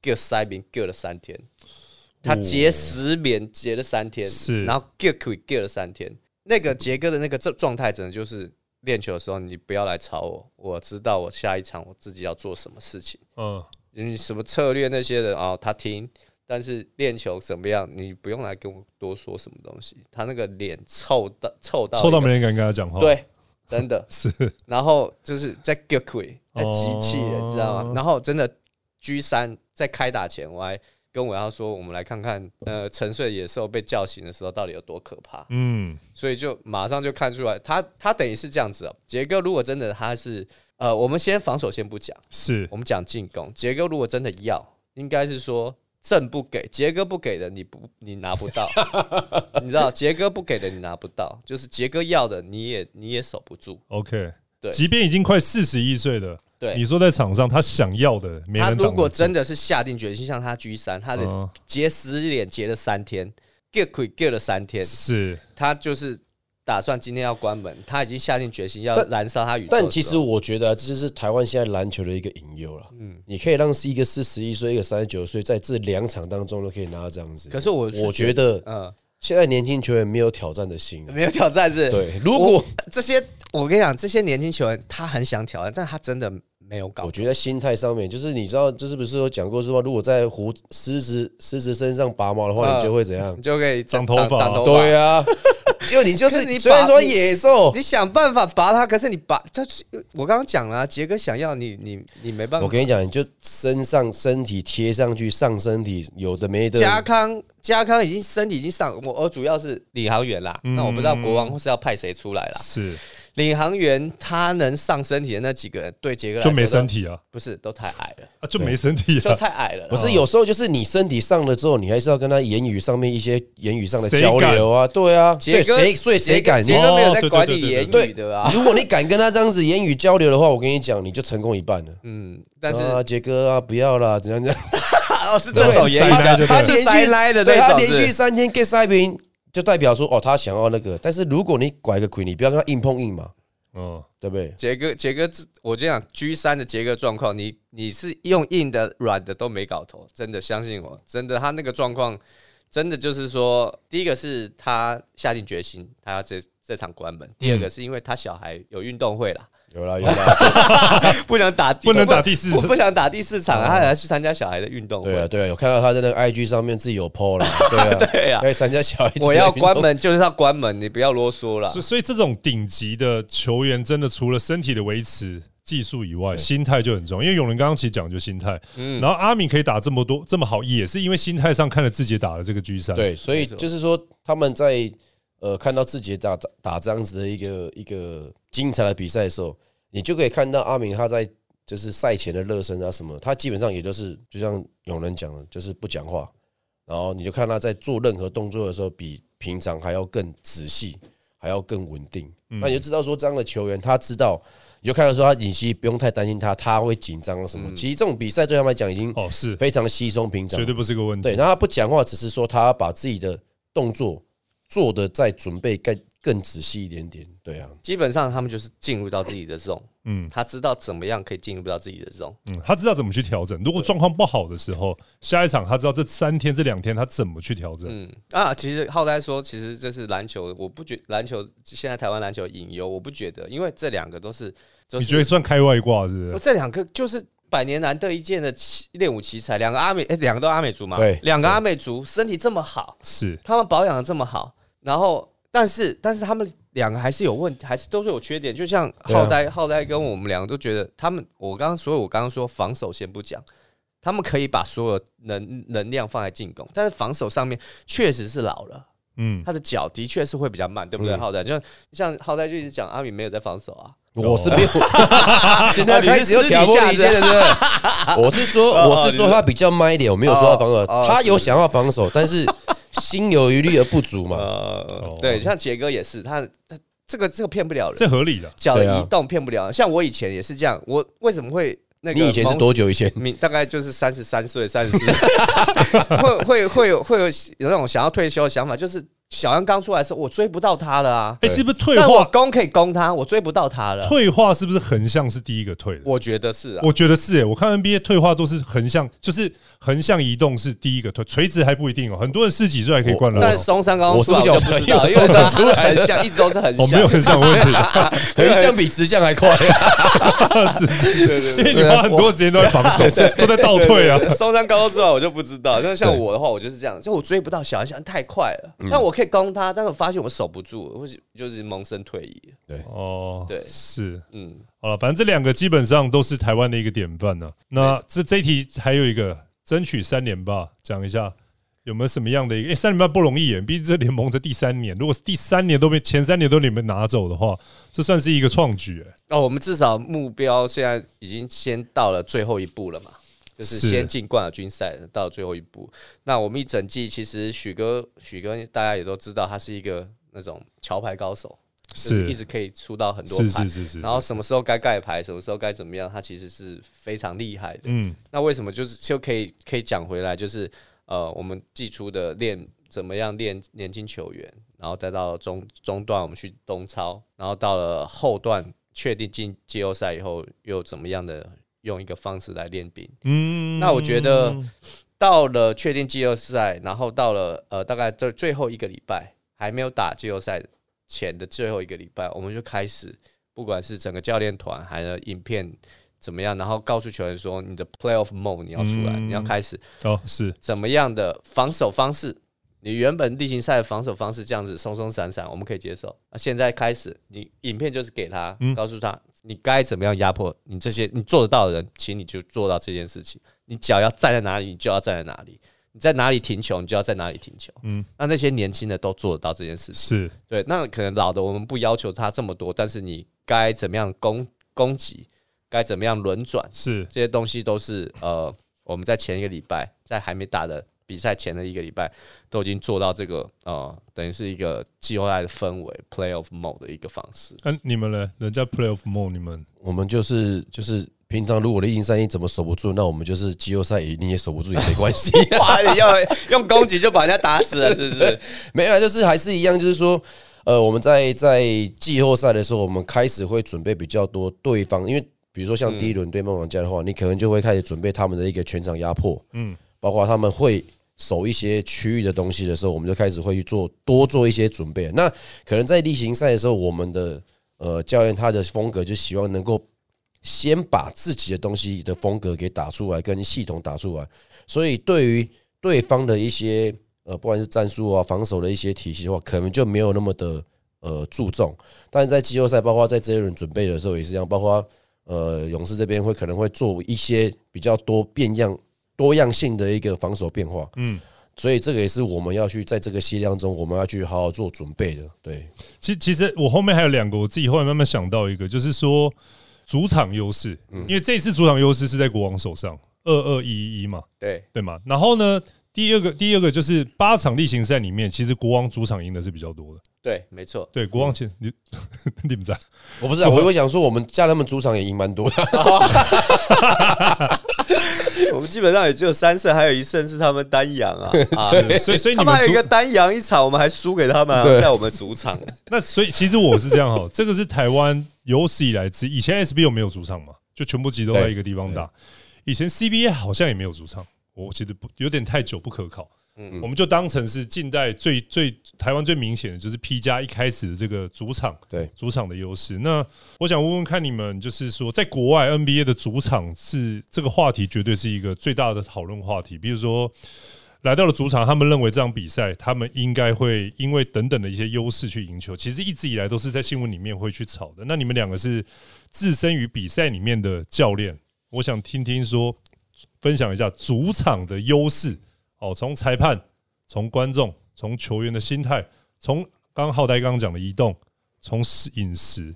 Speaker 1: 各塞宾各了三天，他结十连结了三天，
Speaker 3: 是
Speaker 1: 然后各可以各了三天。那个杰哥的那个状状态，真的就是练球的时候，你不要来吵我，我知道我下一场我自己要做什么事情。
Speaker 3: 嗯，
Speaker 1: 你什么策略那些的哦，他听，但是练球怎么样，你不用来跟我多说什么东西。他那个脸臭到臭到
Speaker 3: 凑到
Speaker 1: 一个
Speaker 3: 没人哦敢跟他讲话，，
Speaker 1: 对，真的。
Speaker 3: 是
Speaker 1: 然后就是在 g e k 在机器人，
Speaker 3: 哦
Speaker 1: 知道吗？然后真的 G 三在开打前，我还跟我要说，我们来看看，呃，沉睡的野兽被叫醒的时候到底有多可怕。
Speaker 3: 嗯，
Speaker 1: 所以就马上就看出来，他他等于是这样子哦。杰哥如果真的他是，呃，我们先防守先不讲，
Speaker 3: 是
Speaker 1: 我们讲进攻。杰哥如果真的要，应该是说。正不给杰哥不给的你不你拿不到，你知道杰哥不给的你拿不到，就是杰哥要的你也你也守不住，
Speaker 3: OK，
Speaker 1: 对
Speaker 3: 即便已经快四十一岁了，
Speaker 1: 对，
Speaker 3: 你说在场上他想要的，没
Speaker 1: 他
Speaker 3: 人
Speaker 1: 如
Speaker 3: 挡
Speaker 1: 果
Speaker 3: 得住
Speaker 1: 真的是下定决心，像他 G 三，他的
Speaker 3: 嗯
Speaker 1: 结十连结了三天，get 亏 get 了三天，
Speaker 3: 是
Speaker 1: 他就是打算今天要关门，他已经下定决心要
Speaker 4: 但
Speaker 1: 燃烧他宇宙的时候。
Speaker 4: 但其实我觉得、啊、这就是台湾现在篮球的一个隐忧了。嗯，你可以让是一个四十一岁，一个三十九岁，在这两场当中都可以拿到这样子。
Speaker 1: 可是我是
Speaker 4: 我觉得
Speaker 1: 嗯，
Speaker 4: 现在年轻球员没有挑战的心啊、
Speaker 1: 没有挑战是？
Speaker 4: 对，如果
Speaker 1: 我这些，我跟你讲，这些年轻球员他很想挑战，但他真的没有搞
Speaker 4: 我。觉得在心态上面，就是你知道，就是不是有讲过说，如果在胡狮子狮子身上拔毛的
Speaker 1: 嗯
Speaker 4: 话，你就会怎 样
Speaker 1: 你？就可以
Speaker 3: 长头发
Speaker 1: 长头发。
Speaker 4: 对啊，
Speaker 1: 就你就是你
Speaker 4: 虽然
Speaker 1: 把
Speaker 4: 说
Speaker 1: 你
Speaker 4: 野兽，
Speaker 1: 你想办法拔他，可是你拔，就是我刚刚讲了啊、杰哥想要你，你你没办法
Speaker 4: 我。跟你讲，你就身上身体贴上去，上身体有的没的，
Speaker 1: 家康，家康已经身体已经上，我我主要是领航员啦。
Speaker 4: 嗯
Speaker 1: 那我不知道国王是要派谁出来啦。
Speaker 3: 是
Speaker 1: 领航员他能上身体的那几个人，对杰哥来
Speaker 3: 就
Speaker 1: 说
Speaker 3: 没
Speaker 1: 都
Speaker 3: 身，体啊，
Speaker 1: 不是都太矮 了，
Speaker 3: 啊就没身体
Speaker 1: 就
Speaker 3: 啊，
Speaker 1: 太矮了啦。
Speaker 4: 不是，有时候就是你身体上了之后，你还是要跟他言语上面一些言语上的
Speaker 3: 谁
Speaker 4: 交
Speaker 3: 敢
Speaker 4: 流啊，对啊，
Speaker 1: 杰
Speaker 4: 对
Speaker 1: 哥
Speaker 4: 谁所以谁
Speaker 1: 杰哥
Speaker 4: 敢？
Speaker 1: 杰哥没有在
Speaker 3: 哦
Speaker 1: 管
Speaker 3: 对
Speaker 1: 你
Speaker 3: 对
Speaker 1: 言
Speaker 3: 对
Speaker 1: 语的啊。
Speaker 4: 如果你敢跟他这样子言语交流的话，我跟你讲，你就成功一半了。
Speaker 1: 嗯，但是
Speaker 4: 啊，杰哥啊，不要啦，怎样 怎样？
Speaker 1: 哦，是这种
Speaker 3: 对
Speaker 1: 言语
Speaker 3: 塞奶
Speaker 1: 啊，
Speaker 3: 就对
Speaker 1: 他
Speaker 3: 了
Speaker 1: 就
Speaker 4: 连
Speaker 1: 塞
Speaker 4: 续
Speaker 1: 奶的
Speaker 4: 对
Speaker 1: 那
Speaker 4: 他
Speaker 1: 种
Speaker 4: 连续
Speaker 1: 是。
Speaker 4: 三天 get 塞平，就代表说哦，他想要那个。但是如果你拐个鬼，你不要跟他硬碰硬嘛，
Speaker 3: 嗯，
Speaker 4: 对不对？
Speaker 1: 杰哥，杰哥，我就讲 G 三的杰哥状况，你你是用硬的、软的都没搞头，真的相信我，真的他那个状况，真的就是说，第一个是他下定决心，他要这这场关门；第二个是因为他小孩有运动会啦，
Speaker 4: 有啦有啦，
Speaker 1: 不能打
Speaker 3: 不能打第四
Speaker 1: 我不想打第四场啊，他还要去参加小孩的运动
Speaker 4: 对啊
Speaker 1: 会。
Speaker 4: 对啊，有看到他在那个 IG 上面自己有 PO 了， 对啊
Speaker 1: 对啊
Speaker 4: 可以参加小一。
Speaker 1: 我要关，门就是要关门，你不要啰嗦了
Speaker 3: 所。所以这种顶级的球员，真的除了身体的维持。技术以外，心态就很重要。因为永仁刚刚其实讲究心态，
Speaker 1: 嗯
Speaker 3: 然后阿敏可以打这么多这么好，也是因为心态上看了自己打了这个 G 三，，
Speaker 4: 对，所以就是说他们在呃看到自己打打这样子的一个一个精彩的比赛的时候，你就可以看到阿明他在就是赛前的热身啊什么，他基本上也就是就像有人讲的，就是不讲话，然后你就看他在做任何动作的时候，比平常还要更仔细，还要更稳定。那你就知道说这样的球员，他知道，你就看到说他尹希不用太担心他，他会紧张啊什么。其实这种比赛对他们来讲已经
Speaker 3: 哦，是
Speaker 4: 非常稀松平常
Speaker 3: 绝，对不是个问题。
Speaker 4: 对，然后他不讲话，只是说他把自己的动作做的再准备更更仔细一点点。对啊，
Speaker 1: 基本上他们就是进入到自己的 zone，
Speaker 3: 嗯
Speaker 1: 他知道怎么样可以进入到自己的 zone。
Speaker 3: 嗯，他知道怎么去调整。如果状况不好的时候，下一场他知道这三天这两天他怎么去调整。
Speaker 1: 嗯啊，其实浩呆说，其实这是篮球，我不觉篮球现在台湾篮球隐忧，我不觉得，因为这两个都是，就
Speaker 3: 你觉得
Speaker 1: 是
Speaker 3: 算开外挂是不
Speaker 1: 我
Speaker 3: 是？
Speaker 1: 这两个就是百年难得一见的奇练武奇才，两个阿美，哎、两个都阿美族嘛，
Speaker 4: 对
Speaker 1: 两个阿美族身体这么好，
Speaker 3: 是
Speaker 1: 他们保养的这么好，然后但是但是他们两个还是有问题，还是都是有缺点。就像
Speaker 4: 对啊
Speaker 1: 浩呆、浩呆跟我们两个都觉得他们，我刚刚所以我刚刚说防守先不讲，他们可以把所有能能量放在进攻，但是防守上面确实是老了，
Speaker 3: 嗯，
Speaker 1: 他的脚的确是会比较慢，对不对？
Speaker 4: 嗯
Speaker 1: 浩呆就像浩呆就一直讲阿米没有在防守啊，
Speaker 4: 我是没有，哦 现在开始又挑拨离间了，对不 对？我是说，
Speaker 1: 哦
Speaker 4: 我是说他比较慢一点，我没有说他防守
Speaker 1: 哦哦，
Speaker 4: 他有想要防守，但是心有余力而不足嘛。哦
Speaker 1: 呃，对，像杰哥也是，他他这个这个骗不了
Speaker 3: 这
Speaker 1: 人，
Speaker 3: 合理的。
Speaker 1: 脚
Speaker 4: 对
Speaker 1: 的
Speaker 4: 啊
Speaker 1: 移动骗不了人。像我以前也是这样，我为什么会那个？
Speaker 4: 你以前是多久 以前？
Speaker 1: 你大概就是三十三岁、三十四， 会会会有会有有那种想要退休的想法，就是小安刚出来的时候，我追不到他了啊。
Speaker 3: 哎，是不是退
Speaker 1: 但我
Speaker 3: 化？
Speaker 1: 攻可以攻他，我追不到他了。
Speaker 3: 退化是不是横向是第一个退的？
Speaker 1: 我觉得是啊，
Speaker 3: 我觉得是诶、我看 NBA 退化都是横向，就是横向移动是第一个退，垂直还不一定哦、很多人四十几岁还可以灌篮
Speaker 1: 但
Speaker 3: 哦，
Speaker 1: 松山刚刚出来
Speaker 4: 我是
Speaker 1: 我
Speaker 4: 不
Speaker 1: 就
Speaker 4: 晓
Speaker 1: 不
Speaker 4: 得
Speaker 1: 知道，因为
Speaker 4: 有松
Speaker 1: 他
Speaker 4: 山出来
Speaker 1: 很像，一直都是很
Speaker 3: 哦，没有
Speaker 1: 像。
Speaker 3: 横向问 题，
Speaker 4: 横向比直向还快。啊
Speaker 3: 因为你花很多时间都在防守，都在倒退啊
Speaker 1: 对。对松山高中出来我就不知道，但像我的话，我就是这样，就我追不到小安，小安太快了，但我可以攻他，但是我发现我守不住，我就是萌生退役。
Speaker 3: 哦，
Speaker 1: 对
Speaker 3: 是
Speaker 1: 嗯，
Speaker 3: 好了，反正这两个基本上都是台湾的一个典范呢、那这这一题还有一个争取三连霸，讲一下有没有什么样的一个？哎、三连霸不容易耶，毕竟这联盟才第三年，如果是第三年都被前三年都你们拿走的话，这算是一个创举耶。
Speaker 1: 哦，我们至少目标现在已经先到了最后一步了嘛，就是
Speaker 3: 是
Speaker 1: 先进冠军赛到最后一步。那我们一整季其实许哥，许哥大家也都知道，他是一个那种桥牌高手，就是一直可以出到很多牌，
Speaker 3: 是是是是，
Speaker 1: 然后什么时候该盖牌，什么时候该怎么样，他其实是非常厉害的。
Speaker 3: 嗯，
Speaker 1: 那为什么就是就可以可以讲回来，就是呃，我们寄出的练怎么样练年轻球员，然后再到中中段我们去东超，然后到了后段确定进季后赛以后，又怎么样的用一个方式来练兵？
Speaker 3: 嗯
Speaker 1: 那我觉得到了确定季后赛，然后到了呃大概最最后一个礼拜，还没有打季后呃赛前的最后一个礼拜，我们就开始，不管是整个教练团还是影片怎么样，然后告诉球员说你的 playoff mode 你要出来，
Speaker 3: 嗯
Speaker 1: 你要开始
Speaker 3: 哦是
Speaker 1: 怎么样的防守方式。你原本例行赛的防守方式这样子松松散散，我们可以接受。啊现在开始，你影片就是给他，
Speaker 3: 嗯
Speaker 1: 告诉他你该怎么样压迫你这些你做得到的人，请你就做到这件事情。你脚要站在哪里，你就要站在哪里；你在哪里停球，你就要在哪里停球。
Speaker 3: 嗯
Speaker 1: 嗯，那那些年轻的都做得到这件事情。
Speaker 3: 是
Speaker 1: 对，那可能老的我们不要求他这么多，但是你该怎么样攻攻击，该怎么样轮转，
Speaker 3: 是
Speaker 1: 这些东西都是呃我们在前一个礼拜，在还没打的比赛前的一个礼拜，都已经做到这个呃，等于是一个季后赛的氛围 playoff mode 的一个方式。
Speaker 3: 那、嗯你们呢？人家 Playoff Mode 你们
Speaker 4: 我们就是就是平常如果例行赛你怎么守不住，那我们就是季后赛赢你也守不住也没关系。
Speaker 1: 哇，你要用攻击就把人家打死了，是不是？
Speaker 4: 没有啊，就是还是一样，就是说，呃，我们在在季后赛的时候，我们开始会准备比较多对方，因为比如说像第一轮对梦玩家的话，你可能就会开始准备他们的一个全场压迫，嗯，包括他们会。守一些区域的东西的时候，我们就开始会去做多做一些准备。那可能在例行赛的时候，我们的呃教练他的风格就希望能够先把自己的东西的风格给打出来，跟系统打出来。所以对于对方的一些呃，不管是战术啊、防守的一些体系的话，可能就没有那么的呃注重。但是在季后赛，包括在这一轮准备的时候也是一样，包括呃勇士这边会可能会做一些比较多变样、多样性的一个防守变化。
Speaker 3: 嗯
Speaker 4: 嗯，所以这个也是我们要去在这个系列当中，我们要去好好做准备的。对，
Speaker 3: 其其实我后面还有两个，我自己后来慢慢想到一个，就是说主场优势，因为这次主场优势是在国王手上，二二一一嘛，
Speaker 1: 对，
Speaker 3: 对嘛？然后呢，第二个，第二个就是八场例行赛里面，其实国王主场赢的是比较多的。
Speaker 1: 对，没错。
Speaker 3: 对，国王前你 你们在
Speaker 4: 我不是、啊，我我想说，我们家他们主场也赢蛮多的，
Speaker 1: 我们基本上也只有三胜，还有一胜是他们单阳啊。 啊
Speaker 3: 对所以所以
Speaker 1: 他们
Speaker 3: 你们
Speaker 1: 还有一
Speaker 3: 主
Speaker 1: 个单阳一场，我们还输给他们、啊，在我们主场。
Speaker 3: 那所以其实我是这样哈，这个是台湾有史以来之以前 SBO 没有主场嘛，就全部集中在一个地方打。以前 CBA 好像也没有主场，我其实不有点太久不可考。嗯，我们就当成是近代最最台湾最明显的就是 P 加一开始的这个主场
Speaker 4: 对
Speaker 3: 主场的优势。那我想问问看你们，就是说在国外 NBA 的主场是这个话题，绝对是一个最大的讨论话题。比如说来到了主场，他们认为这场比赛他们应该会因为等等的一些优势去赢球。其实一直以来都是在新闻里面会去吵的。那你们两个是置身于比赛里面的教练，我想听听说，分享一下主场的优势哦，从裁判、从观众、从球员的心态，从刚刚浩呆刚刚讲的移动，从食饮食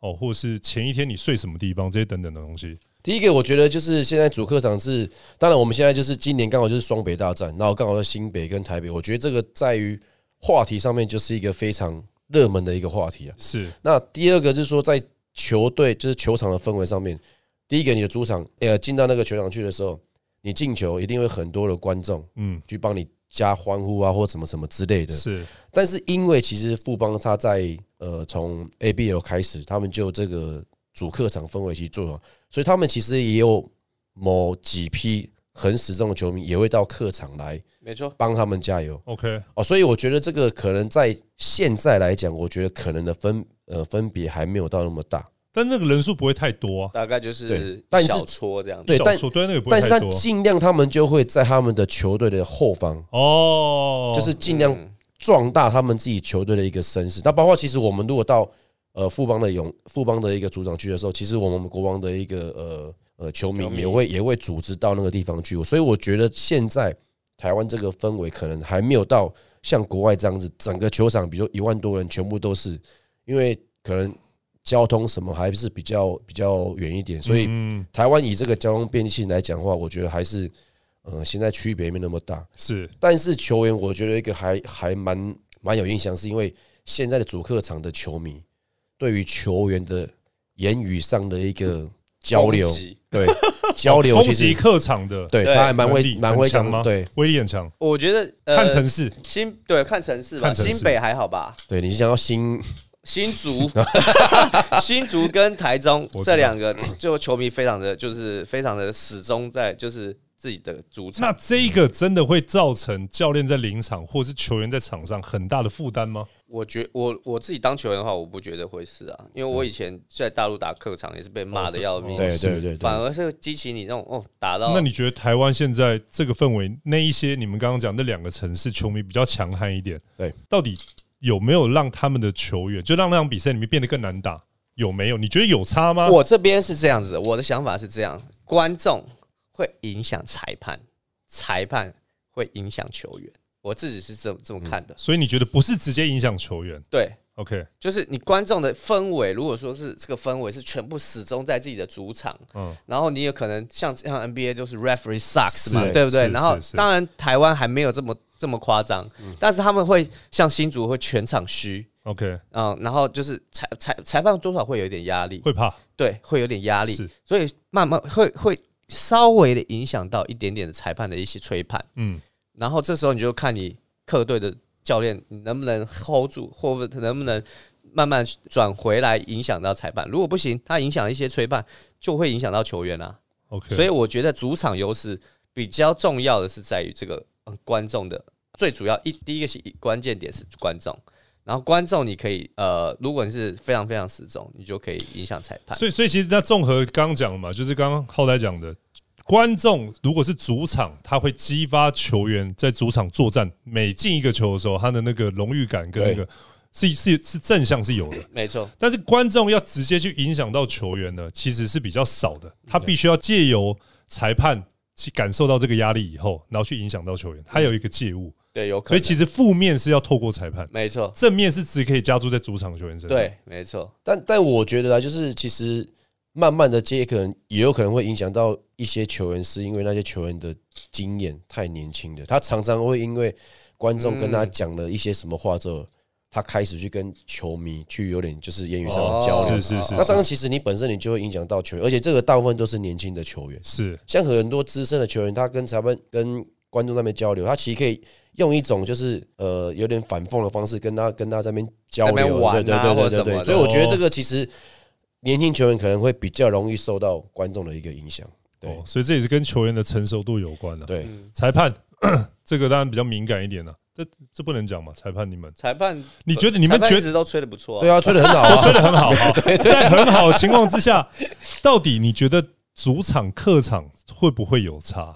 Speaker 3: 哦，或是前一天你睡什么地方这些等等的东西。
Speaker 4: 第一个，我觉得就是现在主客场是，当然我们现在就是今年刚好就是双北大战，然后刚好在新北跟台北，我觉得这个在于话题上面就是一个非常热门的一个话题啊。
Speaker 3: 是
Speaker 4: 那第二个就是说，在球队就是球场的氛围上面，第一个你的主场，呃，进到那个球场去的时候，你进球一定会很多的观众
Speaker 3: 嗯，
Speaker 4: 去帮你加欢呼啊，或什么什么之类的。
Speaker 3: 是
Speaker 4: 但是因为其实富邦他在呃从 ABL 开始，他们就这个主客场氛围去做好，所以他们其实也有某几批很死忠的球迷也会到客场来
Speaker 1: 没错，
Speaker 4: 帮他们加油
Speaker 3: OK，
Speaker 4: 哦。所以我觉得这个可能在现在来讲，我觉得可能的分呃分别还没有到那么大。
Speaker 3: 但那个人数不会太多啊，
Speaker 1: 大概就
Speaker 4: 对
Speaker 1: 是
Speaker 4: 但是
Speaker 1: 小撮这样子。
Speaker 4: 对
Speaker 3: 小
Speaker 4: 但
Speaker 3: 数对那个也不会
Speaker 4: 但是
Speaker 3: 太
Speaker 4: 他
Speaker 3: 多
Speaker 4: 尽量，他们就会在他们的球队的后方，
Speaker 3: 哦，
Speaker 4: 就是尽量
Speaker 1: 嗯
Speaker 4: 壮大他们自己球队的一个声势。那包括其实我们如果到呃富邦的勇富邦的一个主场区的时候，其实我们国王的一个呃呃球迷
Speaker 1: 球迷
Speaker 4: 也会也会组织到那个地方去。所以我觉得现在台湾这个氛围可能还没有到像国外这样子，整个球场比如说一万多人全部都是，因为可能交通什么还是比较比较远一点，所以
Speaker 3: 嗯
Speaker 4: 台湾以这个交通便利性来讲的话，我觉得还是呃现在区别没那么大。
Speaker 3: 是
Speaker 4: 但是球员，我觉得一个还还蛮蛮有印象，是因为现在的主客场的球迷对于球员的言语上的一个交流
Speaker 1: 攻，击
Speaker 4: 对 交流
Speaker 3: 哦攻
Speaker 4: 其
Speaker 3: 击
Speaker 4: 实
Speaker 3: 客场的
Speaker 4: 对
Speaker 1: 对
Speaker 4: 他还蛮
Speaker 3: 能
Speaker 4: 会
Speaker 3: 力
Speaker 4: 蛮
Speaker 3: 很
Speaker 4: 会
Speaker 3: 强
Speaker 4: 讲
Speaker 3: 吗？
Speaker 4: 对
Speaker 3: 威力很强。
Speaker 1: 我觉得
Speaker 3: 看
Speaker 1: 呃，
Speaker 3: 城市
Speaker 1: 新对看城市吧，
Speaker 3: 看城市
Speaker 1: 新北还好吧？
Speaker 4: 对，你想要新
Speaker 1: 新 竹，新竹跟台中
Speaker 3: 我知
Speaker 1: 这
Speaker 3: 道
Speaker 1: 两个就球迷非常的就是非常的始终在就是自己的主场
Speaker 3: 那。这个真的会造成教练在临场或是球员在场上很大的负担吗？
Speaker 1: 我觉我我自己当球员的话，我不觉得会是啊，因为我以前在大陆打客场也是被
Speaker 3: 哦
Speaker 1: 骂的要命，
Speaker 4: 对
Speaker 3: 是
Speaker 4: 对对
Speaker 1: 反
Speaker 4: 对，
Speaker 1: 而是激起你那种哦打到。
Speaker 3: 那你觉得台湾现在这个氛围，那一些你们刚刚讲那两个城市球迷比较强悍一点，
Speaker 4: 对，
Speaker 3: 到底有没有让他们的球员就让那场比赛里面变得更难打？有没有？你觉得有差吗？
Speaker 1: 我这边是这样子，我的想法是这样：观众会影响裁判，裁判会影响球员。我自己是这么这么看的。
Speaker 3: 所以你觉得不是直接影响球员
Speaker 1: 对，
Speaker 3: ？OK，
Speaker 1: 就是你观众的氛围，如果说是这个氛围是全部始终在自己的主场，
Speaker 3: 嗯，
Speaker 1: 然后你有可能像像 NBA 就是 referee sucks 嘛
Speaker 3: 是，
Speaker 1: 对不对
Speaker 3: 是？
Speaker 1: 然后
Speaker 3: 是是嗯
Speaker 1: 当然台湾还没有这么这么夸张，但是他们会像新竹会全场虚，
Speaker 3: OK，
Speaker 1: 嗯，然后就是裁裁裁判多少会有一点压力，
Speaker 3: 会怕
Speaker 1: 对，会有点压力
Speaker 3: 是，
Speaker 1: 所以慢慢会会稍微的影响到一点点的裁判的一些吹判，
Speaker 3: 嗯，
Speaker 1: 然后这时候你就看你客队的教练你能不能 hold 住，或不能不能慢慢转回来影响到裁判。如果不行，他影响一些吹判，就会影响到球员啊。
Speaker 3: OK，
Speaker 1: 所以我觉得主场优势比较重要的是在于这个、嗯、观众的最主要一第一个是关键点是观众。然后观众，你可以呃，如果你是非常非常死忠，你就可以影响裁判。
Speaker 3: 所以，所以其实那综合刚刚讲的嘛，就是刚刚后来讲的，观众如果是主场，他会激发球员在主场作战，每进一个球的时候，他的那个荣誉感跟那个是是是正向是有的。
Speaker 1: 没错，
Speaker 3: 但是观众要直接去影响到球员呢，其实是比较少
Speaker 1: 嗯
Speaker 3: 的。他必须要借由裁判去感受到这个压力以后，然后去影响到球员，他有一个借物。
Speaker 1: 对，有可
Speaker 3: 所以
Speaker 1: 能。
Speaker 3: 其实负面是要透过裁判，
Speaker 1: 没错，
Speaker 3: 正面是只可以加注在主场球员身上。
Speaker 1: 对，没错，
Speaker 4: 啊但但我觉得啦，就是其实慢慢的接，可能也有可能会影响到一一些球员是因为那些球员的经验太年轻了，他常常会因为观众跟
Speaker 3: 嗯
Speaker 4: 他讲了一些什么话之后，他开始去跟球迷去有点哦就是言语上的交流。
Speaker 3: 哦是是是
Speaker 4: 那当然，其实你本身你就会影响到球员，而且这个大部分都是年轻的球员。
Speaker 3: 是
Speaker 4: 像很多资深的球员，他跟裁判、跟观众那边交流，他其实可以用一种就是呃有点反讽的方式跟他跟他在那边交
Speaker 1: 在那
Speaker 4: 流，
Speaker 1: 边玩啊
Speaker 4: 对对
Speaker 1: 或者
Speaker 4: 对对
Speaker 1: 什么
Speaker 4: 对。
Speaker 1: 的哦
Speaker 4: 所以我觉得这个其实年轻球员可能会比较容易受到观众的一个影响。对
Speaker 3: 哦，所以这也是跟球员的成熟度有关的、
Speaker 4: 对，
Speaker 1: 嗯
Speaker 3: 裁判这个当然比较敏感一点了、这这不能讲嘛？裁判你们，
Speaker 1: 裁判，
Speaker 3: 你觉得你们
Speaker 1: 裁判
Speaker 3: 觉
Speaker 1: 一直都吹的不错、
Speaker 4: 对
Speaker 1: 啊，
Speaker 4: 啊，吹得很 好啊，
Speaker 3: 吹的很好啊，
Speaker 4: 对对
Speaker 3: 在很好的情况之下，到底你觉得主场客场会不会有差？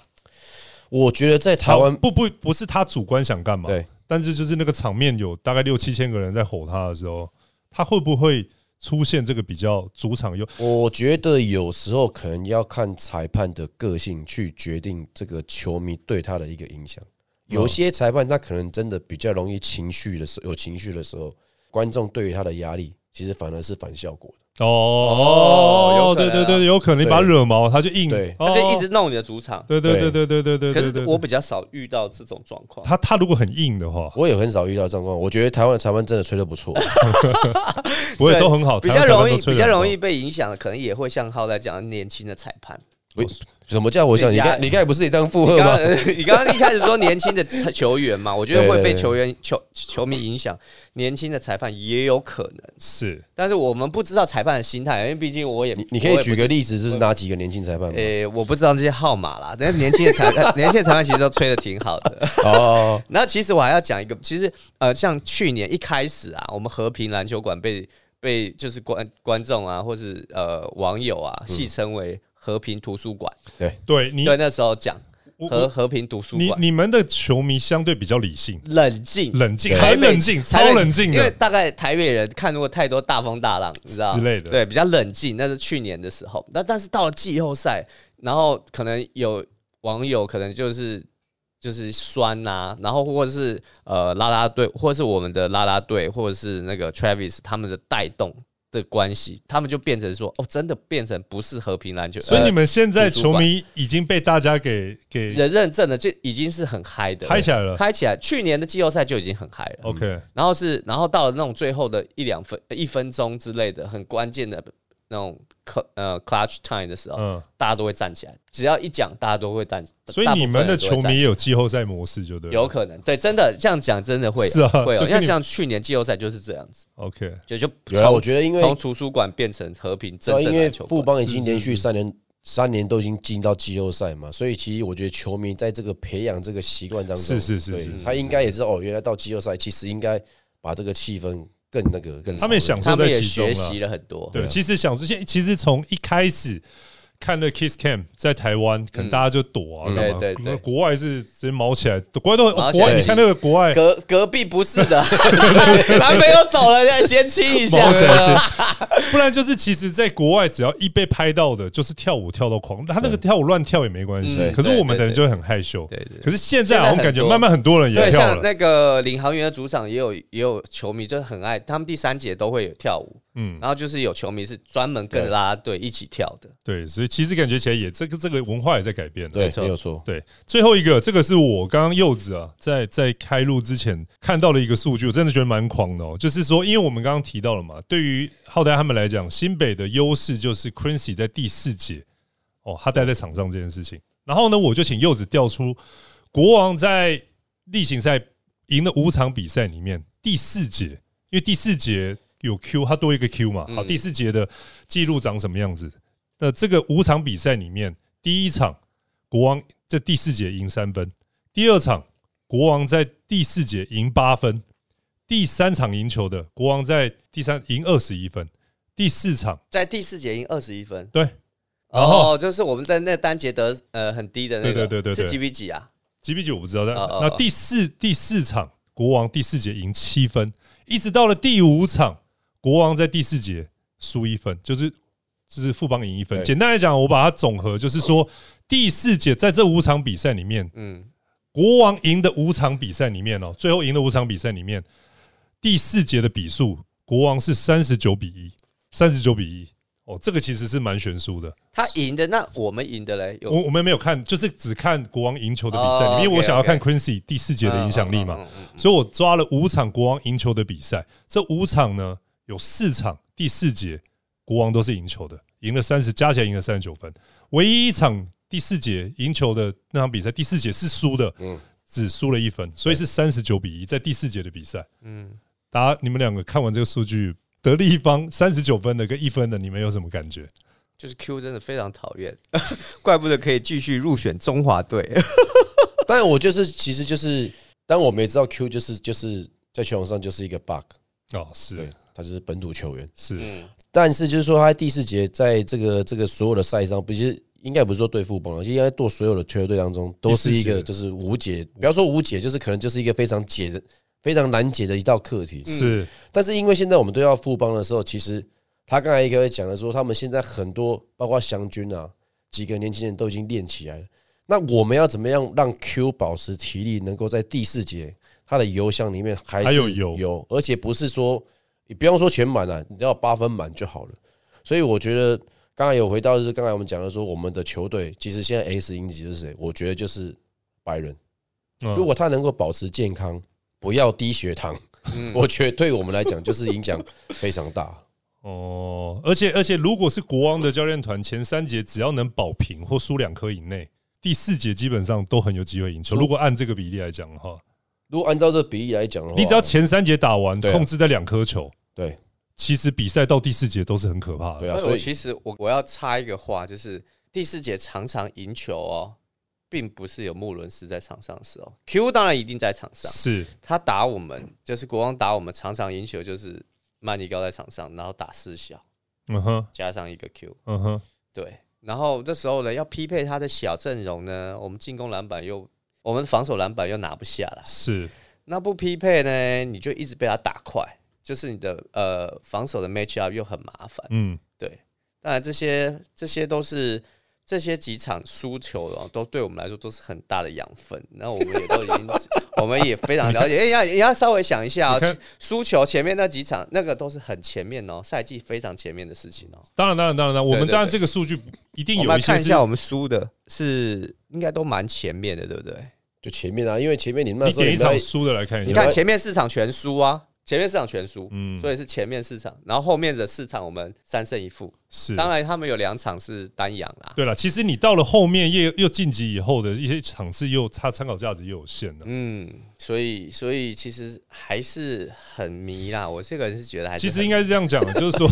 Speaker 4: 我觉得在台湾
Speaker 3: 好不不不是他主观想干嘛，
Speaker 4: 对，
Speaker 3: 但是就是那个场面有大概六七千个人在吼他的时候，他会不会出现这个比较主场优？
Speaker 4: 我觉得有时候可能要看裁判的个性去决定这个球迷对他的一个影响。
Speaker 1: 嗯
Speaker 4: 有些裁判他可能真的比较容易情绪的时候，有情绪的时候，观众对于他的压力其实反而是反效果的。
Speaker 3: 哦
Speaker 1: 有可
Speaker 3: 对
Speaker 1: 能啊
Speaker 3: 对对，有可能你把他惹毛，他就硬，
Speaker 4: 对
Speaker 3: 哦
Speaker 1: 他就一直弄你的主场。
Speaker 3: 对对对对对对对
Speaker 1: 可
Speaker 3: 对
Speaker 1: 是
Speaker 3: 对。
Speaker 1: 我比较少遇到这种状况，
Speaker 3: 他他如果很硬的话，
Speaker 4: 我也很少遇到这种状况，我觉得台湾的裁判真的吹得不错。
Speaker 3: 我也都很好，
Speaker 1: 比
Speaker 3: 台
Speaker 1: 较容
Speaker 3: 湾裁判
Speaker 1: 易
Speaker 3: 都吹
Speaker 1: 比较
Speaker 3: 得很好
Speaker 1: 容易被影响的，可能也会像浩在讲年轻的裁判。
Speaker 4: 喂什么叫我想？
Speaker 1: 对
Speaker 4: 你
Speaker 1: 压
Speaker 4: 看，你看，不是也这样附
Speaker 1: 你
Speaker 4: 和
Speaker 1: 刚
Speaker 4: 吗？
Speaker 1: 刚 你刚刚一开始说年轻的裁球员嘛，我觉得
Speaker 4: 对
Speaker 1: 会被
Speaker 4: 对对
Speaker 1: 球员球球迷影响，年轻的裁判也有可能，
Speaker 3: 是
Speaker 1: 但是我们不知道裁判的心态，因为毕竟我也
Speaker 4: 你你可以
Speaker 1: 我
Speaker 4: 举。
Speaker 1: 也不
Speaker 4: 个
Speaker 1: 是
Speaker 4: 例子，就是哪几个年轻裁判吗？
Speaker 1: 诶、我不知道这些号码啦，但是年轻的裁判， 年轻的裁判其实都吹的挺好的。
Speaker 4: 哦，
Speaker 1: 然后其实我还要讲一个，其实呃，像去年一开始啊，我们和平篮球馆被被就是观观众啊，或是呃网友啊，戏称为和平图书馆。
Speaker 3: 对你
Speaker 1: 对，那时候讲
Speaker 3: 我
Speaker 1: 和
Speaker 3: 我
Speaker 1: 和平图书
Speaker 3: 你
Speaker 1: 馆，
Speaker 3: 你们的球迷相对比较理性，
Speaker 1: 冷静，
Speaker 3: 冷静
Speaker 1: 对
Speaker 3: 很
Speaker 1: 台北
Speaker 3: 冷
Speaker 1: 台
Speaker 3: 静，哎超
Speaker 1: 北
Speaker 3: 冷静
Speaker 1: 因为
Speaker 3: 的，
Speaker 1: 大概台北人看过太多大风大浪，你知道
Speaker 3: 之类的
Speaker 1: 对，比较冷静。那是去年的时候，那但是到了季后赛，然后可能有网友可能就是就是酸呐、然后或者是呃拉拉队，或者是我们的拉拉队，或者是那个 Travis 他们的带动的关系，他们就变成说哦，真的变成不是和平篮球，
Speaker 3: 所以你
Speaker 1: 呃
Speaker 3: 们现在
Speaker 1: 主
Speaker 3: 球
Speaker 1: 管
Speaker 3: 迷已经被大家给给
Speaker 1: 呃人认证的就已经是很嗨的
Speaker 3: 嗨起来了。
Speaker 1: 嗨起来，去年的季后赛就已经很嗨了。
Speaker 3: OK，
Speaker 1: 然后是，然后到了那种最后的一两分、呃一分钟之类的很关键的那种 cl 呃 clutch time 的时候，
Speaker 3: 嗯，
Speaker 1: 大家都会站起来。只要一讲，大家都会站。
Speaker 3: 所以
Speaker 1: 大部
Speaker 3: 你
Speaker 1: 分
Speaker 3: 们的
Speaker 1: 人都会
Speaker 3: 球
Speaker 1: 站
Speaker 3: 迷也
Speaker 1: 起来
Speaker 3: 有季后赛模式，就对了。
Speaker 1: 有可能对，真的这样讲真的会有
Speaker 3: 是啊
Speaker 1: 会
Speaker 3: 就
Speaker 1: 有，
Speaker 3: 跟
Speaker 1: 因为
Speaker 3: 你
Speaker 1: 像去年季后赛就是这样子，
Speaker 3: OK，
Speaker 1: 就就
Speaker 4: 原啊来我
Speaker 1: 从
Speaker 4: 觉得因为
Speaker 1: 从图书馆变成和平真
Speaker 4: 那
Speaker 1: 正
Speaker 4: 啊因
Speaker 1: 的
Speaker 4: 为
Speaker 1: 球
Speaker 4: 富
Speaker 1: 馆
Speaker 4: 邦已经连续三年三年都已经进到季后赛嘛，所以其实我觉得球迷在这个培养这个习惯当中，
Speaker 3: 是是是
Speaker 4: 对
Speaker 3: 是是
Speaker 4: 他应该也知道哦，原来到季后赛其实应该把这个气氛更那个更
Speaker 3: 他们也享
Speaker 1: 他
Speaker 3: 受
Speaker 1: 们
Speaker 3: 在
Speaker 1: 也
Speaker 3: 其中啊
Speaker 1: 学
Speaker 3: 了
Speaker 1: 习。了很多。
Speaker 3: 嗯对，
Speaker 4: 对啊
Speaker 3: 其实想说，现其实从一开始看了 Kiss Cam 在台湾，可能大家就躲啊，
Speaker 4: 嗯
Speaker 3: 干嘛
Speaker 1: 对对对
Speaker 3: 国外是直接毛起来，国外都
Speaker 1: 毛
Speaker 3: 很
Speaker 1: 起
Speaker 3: 国
Speaker 1: 来
Speaker 3: 外，你看那个国外
Speaker 1: 隔隔壁不是的， 男朋友走了，现在先亲一下
Speaker 3: 毛。起来 是，不然就是其实，在国外只要一被拍到的，就是跳舞跳到狂，他那
Speaker 4: 嗯
Speaker 3: 个跳舞乱跳也没关系
Speaker 1: 嗯，
Speaker 3: 可是我们的人
Speaker 1: 对对对
Speaker 3: 就会很害羞。
Speaker 1: 对对
Speaker 3: 可是现在好像感觉慢慢很多人也
Speaker 1: 对，
Speaker 3: 跳
Speaker 1: 像
Speaker 3: 了，
Speaker 1: 那个领航员的主场也有也有球迷，就是很爱他们第三节都会有跳舞，
Speaker 3: 嗯，
Speaker 1: 然后就是有球迷是专门跟着啦啦队一起跳的。
Speaker 3: 对，所以其实感觉起来也这个这个文化也在改变了。
Speaker 4: 对，没有错。
Speaker 3: 对，最后一个，这个是我刚刚柚子啊，在在开录之前看到的一个数据，我真的觉得蛮狂的哦。就是说，因为我们刚刚提到了嘛，对于浩代他们来讲，新北的优势就是 Quincy 在第四节哦，他待在场上这件事情。然后呢，我就请柚子调出国王在例行赛赢的五场比赛里面第四节，因为第四节有 Q，他多一个 Q 嘛，好，
Speaker 1: 嗯
Speaker 3: 第四节的记录长什么样子？那这个五场比赛里面，第一场国王这第四节赢三分，第二场国王在第四节赢八分，第三场赢球的国王在第三赢二十一分，第四场
Speaker 1: 在第四节赢二十一分，
Speaker 3: 对然后
Speaker 1: 哦，就是我们在那个单节得呃很低的那个，
Speaker 3: 对对对对对
Speaker 1: 是几比几啊？
Speaker 3: 几比几我不知道，但
Speaker 1: 哦哦
Speaker 3: 那
Speaker 1: 哦
Speaker 3: 第四第四场国王第四节赢七分，一直到了第五场国王在第四节输一分，就是就是富邦赢一分。
Speaker 4: 对
Speaker 3: 简单来讲，我把它总和，就是说第四节在这五场比赛里面，
Speaker 1: 嗯，
Speaker 3: 国王赢的五场比赛里面哦，最后赢的五场比赛里面，第四节的比数，国王是三十九比一，三十九比一。哦，这个其实是蛮悬殊的。
Speaker 1: 他赢的，那我们赢的嘞，有
Speaker 3: 我我们没有看，就是只看国王赢球的比赛，
Speaker 1: 哦
Speaker 3: 因为我
Speaker 1: OK，
Speaker 3: 想要看
Speaker 1: OK
Speaker 3: Quincy 第四节的影响力嘛
Speaker 1: 嗯，嗯嗯嗯嗯
Speaker 3: 所以我抓了五场国王赢球的比赛。这五场呢，有四场第四节国王都是赢球的，赢了三十，加起来赢了三十九分。唯一一场第四节赢球的那场比赛，第四节是输的，
Speaker 4: 嗯
Speaker 3: 只输了一分，所以是三十九比一，在第四节的比赛。
Speaker 1: 嗯，
Speaker 3: 大家你们两个看完这个数据，得力一方三十九分的跟一分的，你们有什么感觉？
Speaker 1: 就是 Q 真的非常讨厌， 怪不得可以继续入选中华 队。
Speaker 4: 但我就是，其实就是，当我们也知道 Q 就是就是在球场上就是一个 bug，
Speaker 3: 哦，是
Speaker 4: 对，他就是本土球员。
Speaker 3: 是，
Speaker 1: 嗯，
Speaker 4: 但是就是说，他在第四节在这个这个所有的赛上，不是应该不是说对富邦，啊应该对所有的球队当中都是一个
Speaker 3: 第
Speaker 4: 就是无解，不要说无解，就是可能就是一个非常解的、非常难解的一道课题。
Speaker 3: 是，
Speaker 4: 但是因为现在我们对到富邦的时候，其实他刚才一个讲的说，他们现在很多包括祥军啊，几个年轻人都已经练起来了。那我们要怎么样让 Q 保持体力，能够在第四节他的油箱里面还
Speaker 3: 还
Speaker 4: 是
Speaker 3: 有油
Speaker 4: 而且不是说你不用说全满了、啊你只要八分满就好了。所以我觉得刚才有回到就是刚才我们讲的说，我们的球队其实现在 S 因子就是谁？我觉得就是白人，
Speaker 3: 嗯
Speaker 4: 如果他能够保持健康，不要低血糖，
Speaker 1: 嗯
Speaker 4: 我觉得对我们来讲就是影响非常大。
Speaker 3: 哦，而且而且，如果是国王的教练团，前三节只要能保平或输两颗以内，第四节基本上都很有机会赢球。
Speaker 4: 输
Speaker 3: 如果按这个比例来讲的话，
Speaker 1: 哦
Speaker 4: 如果按照这个比例来讲的话，
Speaker 3: 你只要前三节打完，
Speaker 4: 对啊
Speaker 3: 控制在两颗球，
Speaker 4: 对
Speaker 3: 其实比赛到第四节都是很可怕
Speaker 4: 对
Speaker 3: 的。
Speaker 4: 啊，
Speaker 1: 那
Speaker 4: 所
Speaker 1: 我
Speaker 4: 以
Speaker 1: 其实我我要插一个话，就是第四节常常赢球哦，并不是有穆伦斯在场上的时候，Q 当然一定在场上，
Speaker 3: 是，
Speaker 1: 他打我们就是国王打我们，常常赢球就是曼尼高在场上，然后打四小
Speaker 3: 嗯哼，
Speaker 1: 加上一个 Q，
Speaker 3: 嗯哼，
Speaker 1: 对，然后这时候呢要匹配他的小阵容呢，我们进攻篮板又我们防守篮板又拿不下来，
Speaker 3: 是，
Speaker 1: 那不匹配呢你就一直被他打快，就是你的呃防守的 match up 又很麻烦。
Speaker 3: 嗯，
Speaker 1: 对，当然这些这些都是这些几场输球的哦，都对我们来说都是很大的养分。那我们也都已 经，我们也非常了解。哎要也要稍微想一下
Speaker 3: 你 看
Speaker 1: 哦，输球前面那几场，那个都是很前面哦，赛季非常前面的事情哦。
Speaker 3: 当然，当然，当然，当然我们
Speaker 1: 对对
Speaker 3: 当然这个数据一定
Speaker 1: 我们
Speaker 3: 有
Speaker 1: 来
Speaker 3: 一些
Speaker 1: 看一
Speaker 3: 是
Speaker 1: 下，我们输的是应该都蛮前面的，对不对？
Speaker 4: 就前面啊，因为前面你那
Speaker 3: 你
Speaker 4: 时候
Speaker 3: 点一
Speaker 4: 们
Speaker 3: 场
Speaker 4: 在
Speaker 3: 输的来看一
Speaker 1: 你
Speaker 3: 下
Speaker 1: 看，前面四场全输啊，前面四场全输。
Speaker 3: 嗯，
Speaker 1: 所以是前面四场，然后后面的四场我们三胜一负，
Speaker 3: 是，
Speaker 1: 当然他们有两场是单阳啦，
Speaker 3: 对了，其实你到了后面又又晋级以后的一些场次，又它参考价值又有限了。
Speaker 1: 嗯，所以所以其实还是很迷啦。我这个人是觉得还是
Speaker 3: 其
Speaker 1: 很
Speaker 3: 实应该是这样讲，就是说，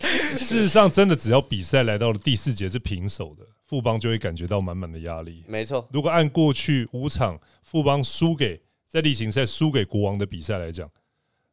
Speaker 3: 事实上真的只要比赛来到了第四节是平手的，富邦就会感觉到满满的压力。
Speaker 1: 没错，
Speaker 3: 如果按过去五场富邦输给在例行赛输给国王的比赛来讲，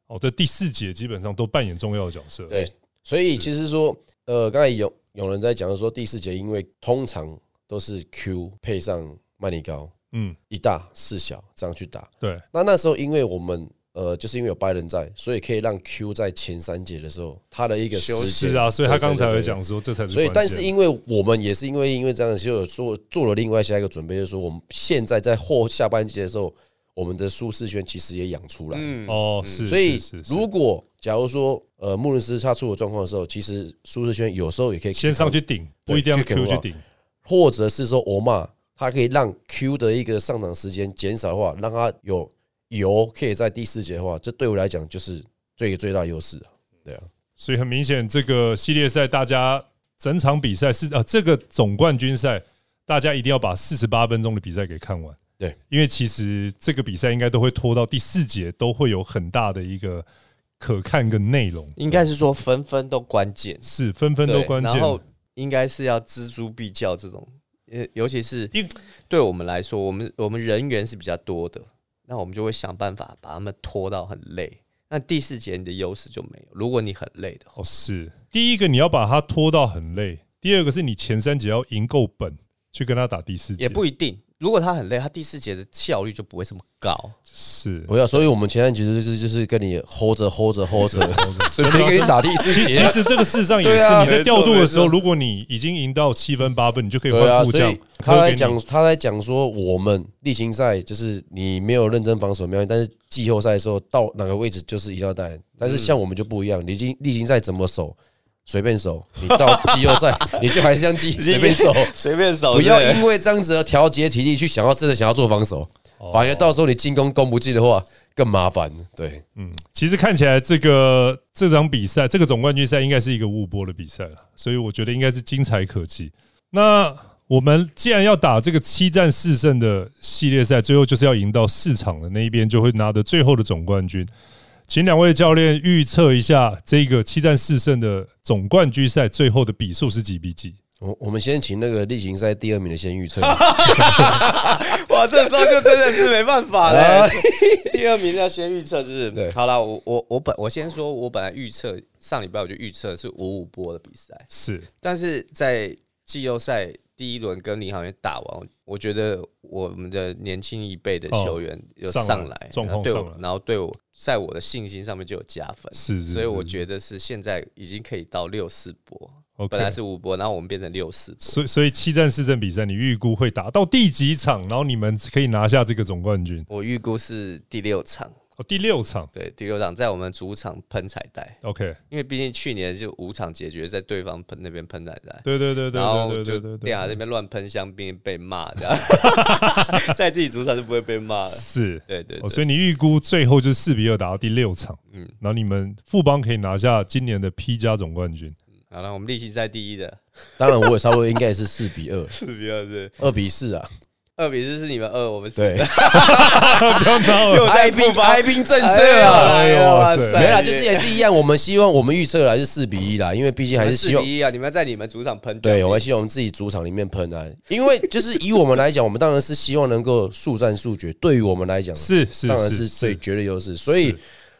Speaker 3: 哦，这第四节基本上都扮演重要的角色。
Speaker 4: 对，所以其实说，呃，刚才有有人在讲说第四节，因为通常都是 Q 配上曼尼高
Speaker 3: 嗯，
Speaker 4: 一大四小这样去打。
Speaker 3: 对，
Speaker 4: 那那时候因为我们呃，就是因为有拜仁在，所以可以让 Q 在前三节的时候他的一个
Speaker 1: 休
Speaker 4: 时
Speaker 1: 息
Speaker 4: 间
Speaker 3: 是啊，所以他
Speaker 4: 对对
Speaker 3: 刚才
Speaker 4: 对
Speaker 3: 会
Speaker 4: 对
Speaker 3: 讲说这才是关键。
Speaker 4: 所以，但是因为我们也是因为因为这样，就有做做了另外下一个准备，就是说我们现在在后下半季的时候，我们的舒适圈其实也养出来。
Speaker 1: 嗯，
Speaker 3: 哦，是，
Speaker 4: 所以
Speaker 3: 是是，是
Speaker 4: 如果假如说呃穆伦斯他出了状况的时候，其实舒适圈有时候也可以
Speaker 3: 先上去，顶，不一定要
Speaker 4: 去
Speaker 3: Q 去
Speaker 4: Q
Speaker 3: 顶。
Speaker 4: 或者是说欧玛，他可以让 Q 的一个上场时间减少的话，让他有油可以在第四节的话，这对我来讲就是最最大优势啊。对啊，
Speaker 3: 所以很明显，这个系列赛大家整场比赛是啊，这个总冠军赛大家一定要把四十八分钟的比赛给看完。
Speaker 4: 对，
Speaker 3: 因为其实这个比赛应该都会拖到第四节，都会有很大的一个可看跟内容，
Speaker 1: 应该是说分分都关键，
Speaker 3: 是纷纷都
Speaker 1: 对
Speaker 3: 关键。
Speaker 1: 然后应该是要锱铢必较这种，呃，尤其是
Speaker 3: 因
Speaker 1: 对我们来说，我们我们人员是比较多的，那我们就会想办法把他们拖到很累。那第四节你的优势就没有，如果你很累的话，
Speaker 3: 哦，是第一个你要把它拖到很累，第二个是你前三节要赢够本去跟他打第四节，
Speaker 1: 也不一定。如果他很累，他第四节的效率就不会这么高。
Speaker 3: 是。
Speaker 4: 不要，所以我们前段局就是就是跟你 hold 着 hold 着 hold 着， 准备给你打第四
Speaker 3: 其
Speaker 4: 节。啊
Speaker 3: 实这个事实上也
Speaker 4: 对
Speaker 3: 是
Speaker 4: 啊
Speaker 3: 你在调度的时候，
Speaker 1: 没错没错
Speaker 3: 如果你已经赢到七分八分，你就可以
Speaker 4: 对啊，
Speaker 3: 换副
Speaker 4: 所
Speaker 3: 将
Speaker 4: 以。他
Speaker 3: 会给
Speaker 4: 在
Speaker 3: 你
Speaker 4: 讲他在讲说我们例行赛就是你没有认真防守没有，但是季
Speaker 3: 嗯
Speaker 4: 后赛的时候到哪个位置就是一定要带。但是像我们就不一样，你已经例行赛怎么守，随便守，你到季后 赛你就还是像季随便守，
Speaker 1: 随便
Speaker 3: 哦
Speaker 1: 守，
Speaker 4: 不要
Speaker 1: 对
Speaker 4: 因为这样子而调节体力去想要真的想要做防守，
Speaker 3: 哦
Speaker 4: 反而到时候你进攻攻不进的话更麻烦。对，
Speaker 3: 其实看起来这个这场比赛，这个总冠军赛应该是一个误波的比赛了，所以我觉得应该是精彩可期。那我们既然要打这个七战四胜的系列赛，最后就是要赢到四场的那一边，就会拿得最后的总冠军。请两位教练预测一下这个七战四胜的总冠军赛最后的比数是几比几？
Speaker 4: 我我们先请那个例行赛第二名的先预测，
Speaker 1: 哇，这时候就真的是没办法
Speaker 3: 哎
Speaker 1: 了。 第二名要先预测，是不是？
Speaker 4: 对
Speaker 1: 好了，我我我本我先说，我本来预测上礼拜我就预测是五五波的比赛，
Speaker 3: 是
Speaker 1: 但是在季后赛第一轮跟领航员打完，我觉得我们的年轻一辈的球员有
Speaker 3: 哦上来
Speaker 1: 上来，
Speaker 3: 状
Speaker 1: 然后
Speaker 3: 况
Speaker 1: 对
Speaker 3: 上
Speaker 1: 我
Speaker 3: 来，
Speaker 1: 然后对我在我的信心上面就有加分，
Speaker 3: 是是
Speaker 1: 所以
Speaker 3: 是
Speaker 1: 我
Speaker 3: 是
Speaker 1: 觉得是现在已经可以到六四波。
Speaker 3: OK
Speaker 1: 本来是五波，然后我们变成六四波，
Speaker 3: 所以所以七战四胜比赛，你预估会打到第几场？然后你们可以拿下这个总冠军？
Speaker 1: 我预估是第六场，
Speaker 3: 哦，第六场。
Speaker 1: 对，第六场在我们主场喷彩带，
Speaker 3: OK，
Speaker 1: 因为毕竟去年就五场解决，在对方喷那边喷奶奶，
Speaker 3: 对对对对
Speaker 1: 然后
Speaker 3: 对对
Speaker 1: 就
Speaker 3: 对对对
Speaker 1: 电，脑那边乱喷香槟被骂这样， 在自己主场就不会被骂了。
Speaker 3: 是，
Speaker 1: 对对
Speaker 3: 哦，
Speaker 1: 对，
Speaker 3: 所以你预估最后就是四比二打到第六场，嗯
Speaker 1: 嗯，
Speaker 3: 然后你们富邦可以拿下今年的 P 加总冠 军，
Speaker 1: 好了，我们例行赛第一的
Speaker 4: 当然我也差不多应该也是四比二，
Speaker 1: 四比二是
Speaker 4: 二比四啊，
Speaker 1: 二比四是你们二，我们四
Speaker 4: 对，
Speaker 3: 不要拿 我，
Speaker 1: 又在
Speaker 4: 哀兵
Speaker 1: 复吧
Speaker 4: 哀兵政
Speaker 1: 哎
Speaker 4: 策
Speaker 1: 呀
Speaker 4: 啊。
Speaker 1: 哎呀哇塞
Speaker 4: 没啦，就是也是一样，我们希望我们预测啦是四比一啦，因为毕竟还是
Speaker 1: 四
Speaker 4: 希望
Speaker 1: 比一啊！你们在你们主场喷掉，
Speaker 4: 对，我还希望我们自己主场里面喷啊，因为就是以我们来讲，我们当然是希望能够速战速决。对于我们来讲，
Speaker 3: 是是
Speaker 4: 当然
Speaker 3: 是
Speaker 4: 是最绝对优势。所以
Speaker 3: 是，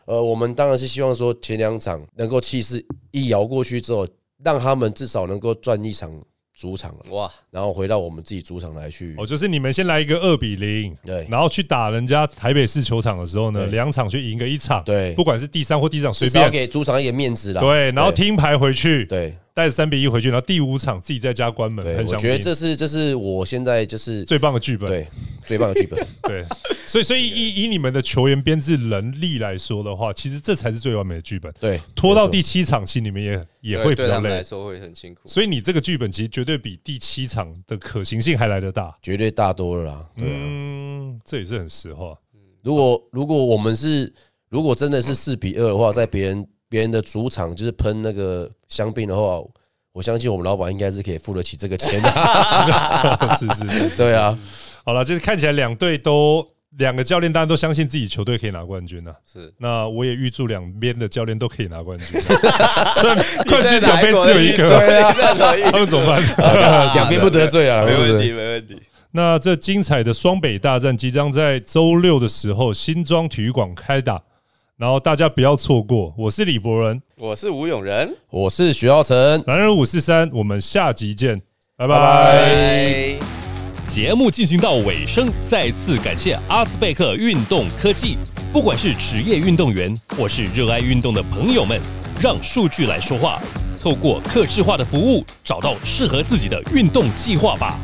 Speaker 4: 呃，我们当然是希望说前两场能够气势一摇过去之后，让他们至少能够赚一场主场，
Speaker 1: 哇，
Speaker 4: 然后回到我们自己主场来去
Speaker 3: 哦，。就是你们先来一个二比零，
Speaker 4: 对
Speaker 3: 然后去打人家台北市球场的时候呢，
Speaker 4: 对
Speaker 3: 两场去赢个一场，
Speaker 4: 对
Speaker 3: 不管是第三或第四场随
Speaker 4: 至少
Speaker 3: 便，
Speaker 4: 给主场一个面子啦。
Speaker 3: 对，然后听牌回去，
Speaker 4: 对，
Speaker 3: 带着三比一回去，然后第五场自己在家关门，
Speaker 4: 对，
Speaker 3: 很
Speaker 4: 我
Speaker 3: 想
Speaker 4: 觉得这是这是我现在就是
Speaker 3: 最棒的剧本，
Speaker 4: 对最棒的剧本。
Speaker 3: 对，所以所以以以你们的球员编制能力来说的话，其实这才是最完美的剧本。
Speaker 4: 对，
Speaker 3: 拖到
Speaker 4: 没错
Speaker 3: 第七场，其实你们也也
Speaker 1: 对
Speaker 3: 会比
Speaker 1: 对
Speaker 3: 较
Speaker 1: 他们
Speaker 3: 累
Speaker 1: 来，说会很辛苦。
Speaker 3: 所以你这个剧本其实绝对比第七场的可行性还来得大。
Speaker 4: 绝对大多了啦。对啊。
Speaker 3: 嗯，这也是很实话。
Speaker 4: 如果如果我们是如果真的是四比二的话，在别人别人的主场就是喷那个香槟的话，我相信我们老板应该是可以付得起这个钱的、啊
Speaker 3: 是是是，
Speaker 4: 对啊，
Speaker 3: 好了，就是看起来两队都两个教练，当然都相信自己球队可以拿冠军了、
Speaker 1: 是
Speaker 3: 那我也预祝两边的教练都可以拿冠军、 虽然冠军
Speaker 1: 在
Speaker 3: 奖
Speaker 1: 哪
Speaker 3: 杯
Speaker 1: 一国
Speaker 3: 只有一个，
Speaker 1: 对啊，这场
Speaker 3: 他们怎么 办？
Speaker 4: 两边不得罪啊，
Speaker 1: 没
Speaker 4: 两边不
Speaker 1: 问
Speaker 4: 得
Speaker 1: 题，
Speaker 4: 罪
Speaker 1: 没问题。
Speaker 3: 那这精彩的双北大战即将在周六的时候新庄体育馆开打，然后大家不要错过。我是李博仁，
Speaker 1: 我是吴永仁，
Speaker 4: 我是徐浩辰，
Speaker 3: 男人五四三，我们下集见，拜
Speaker 4: 拜
Speaker 3: 拜
Speaker 1: 拜。
Speaker 2: 节目进行到尾声，再次感谢阿斯贝克运动科技。不管是职业运动员或是热爱运动的朋友们，让数据来说话，透过客制化的服务，找到适合自己的运动计划吧。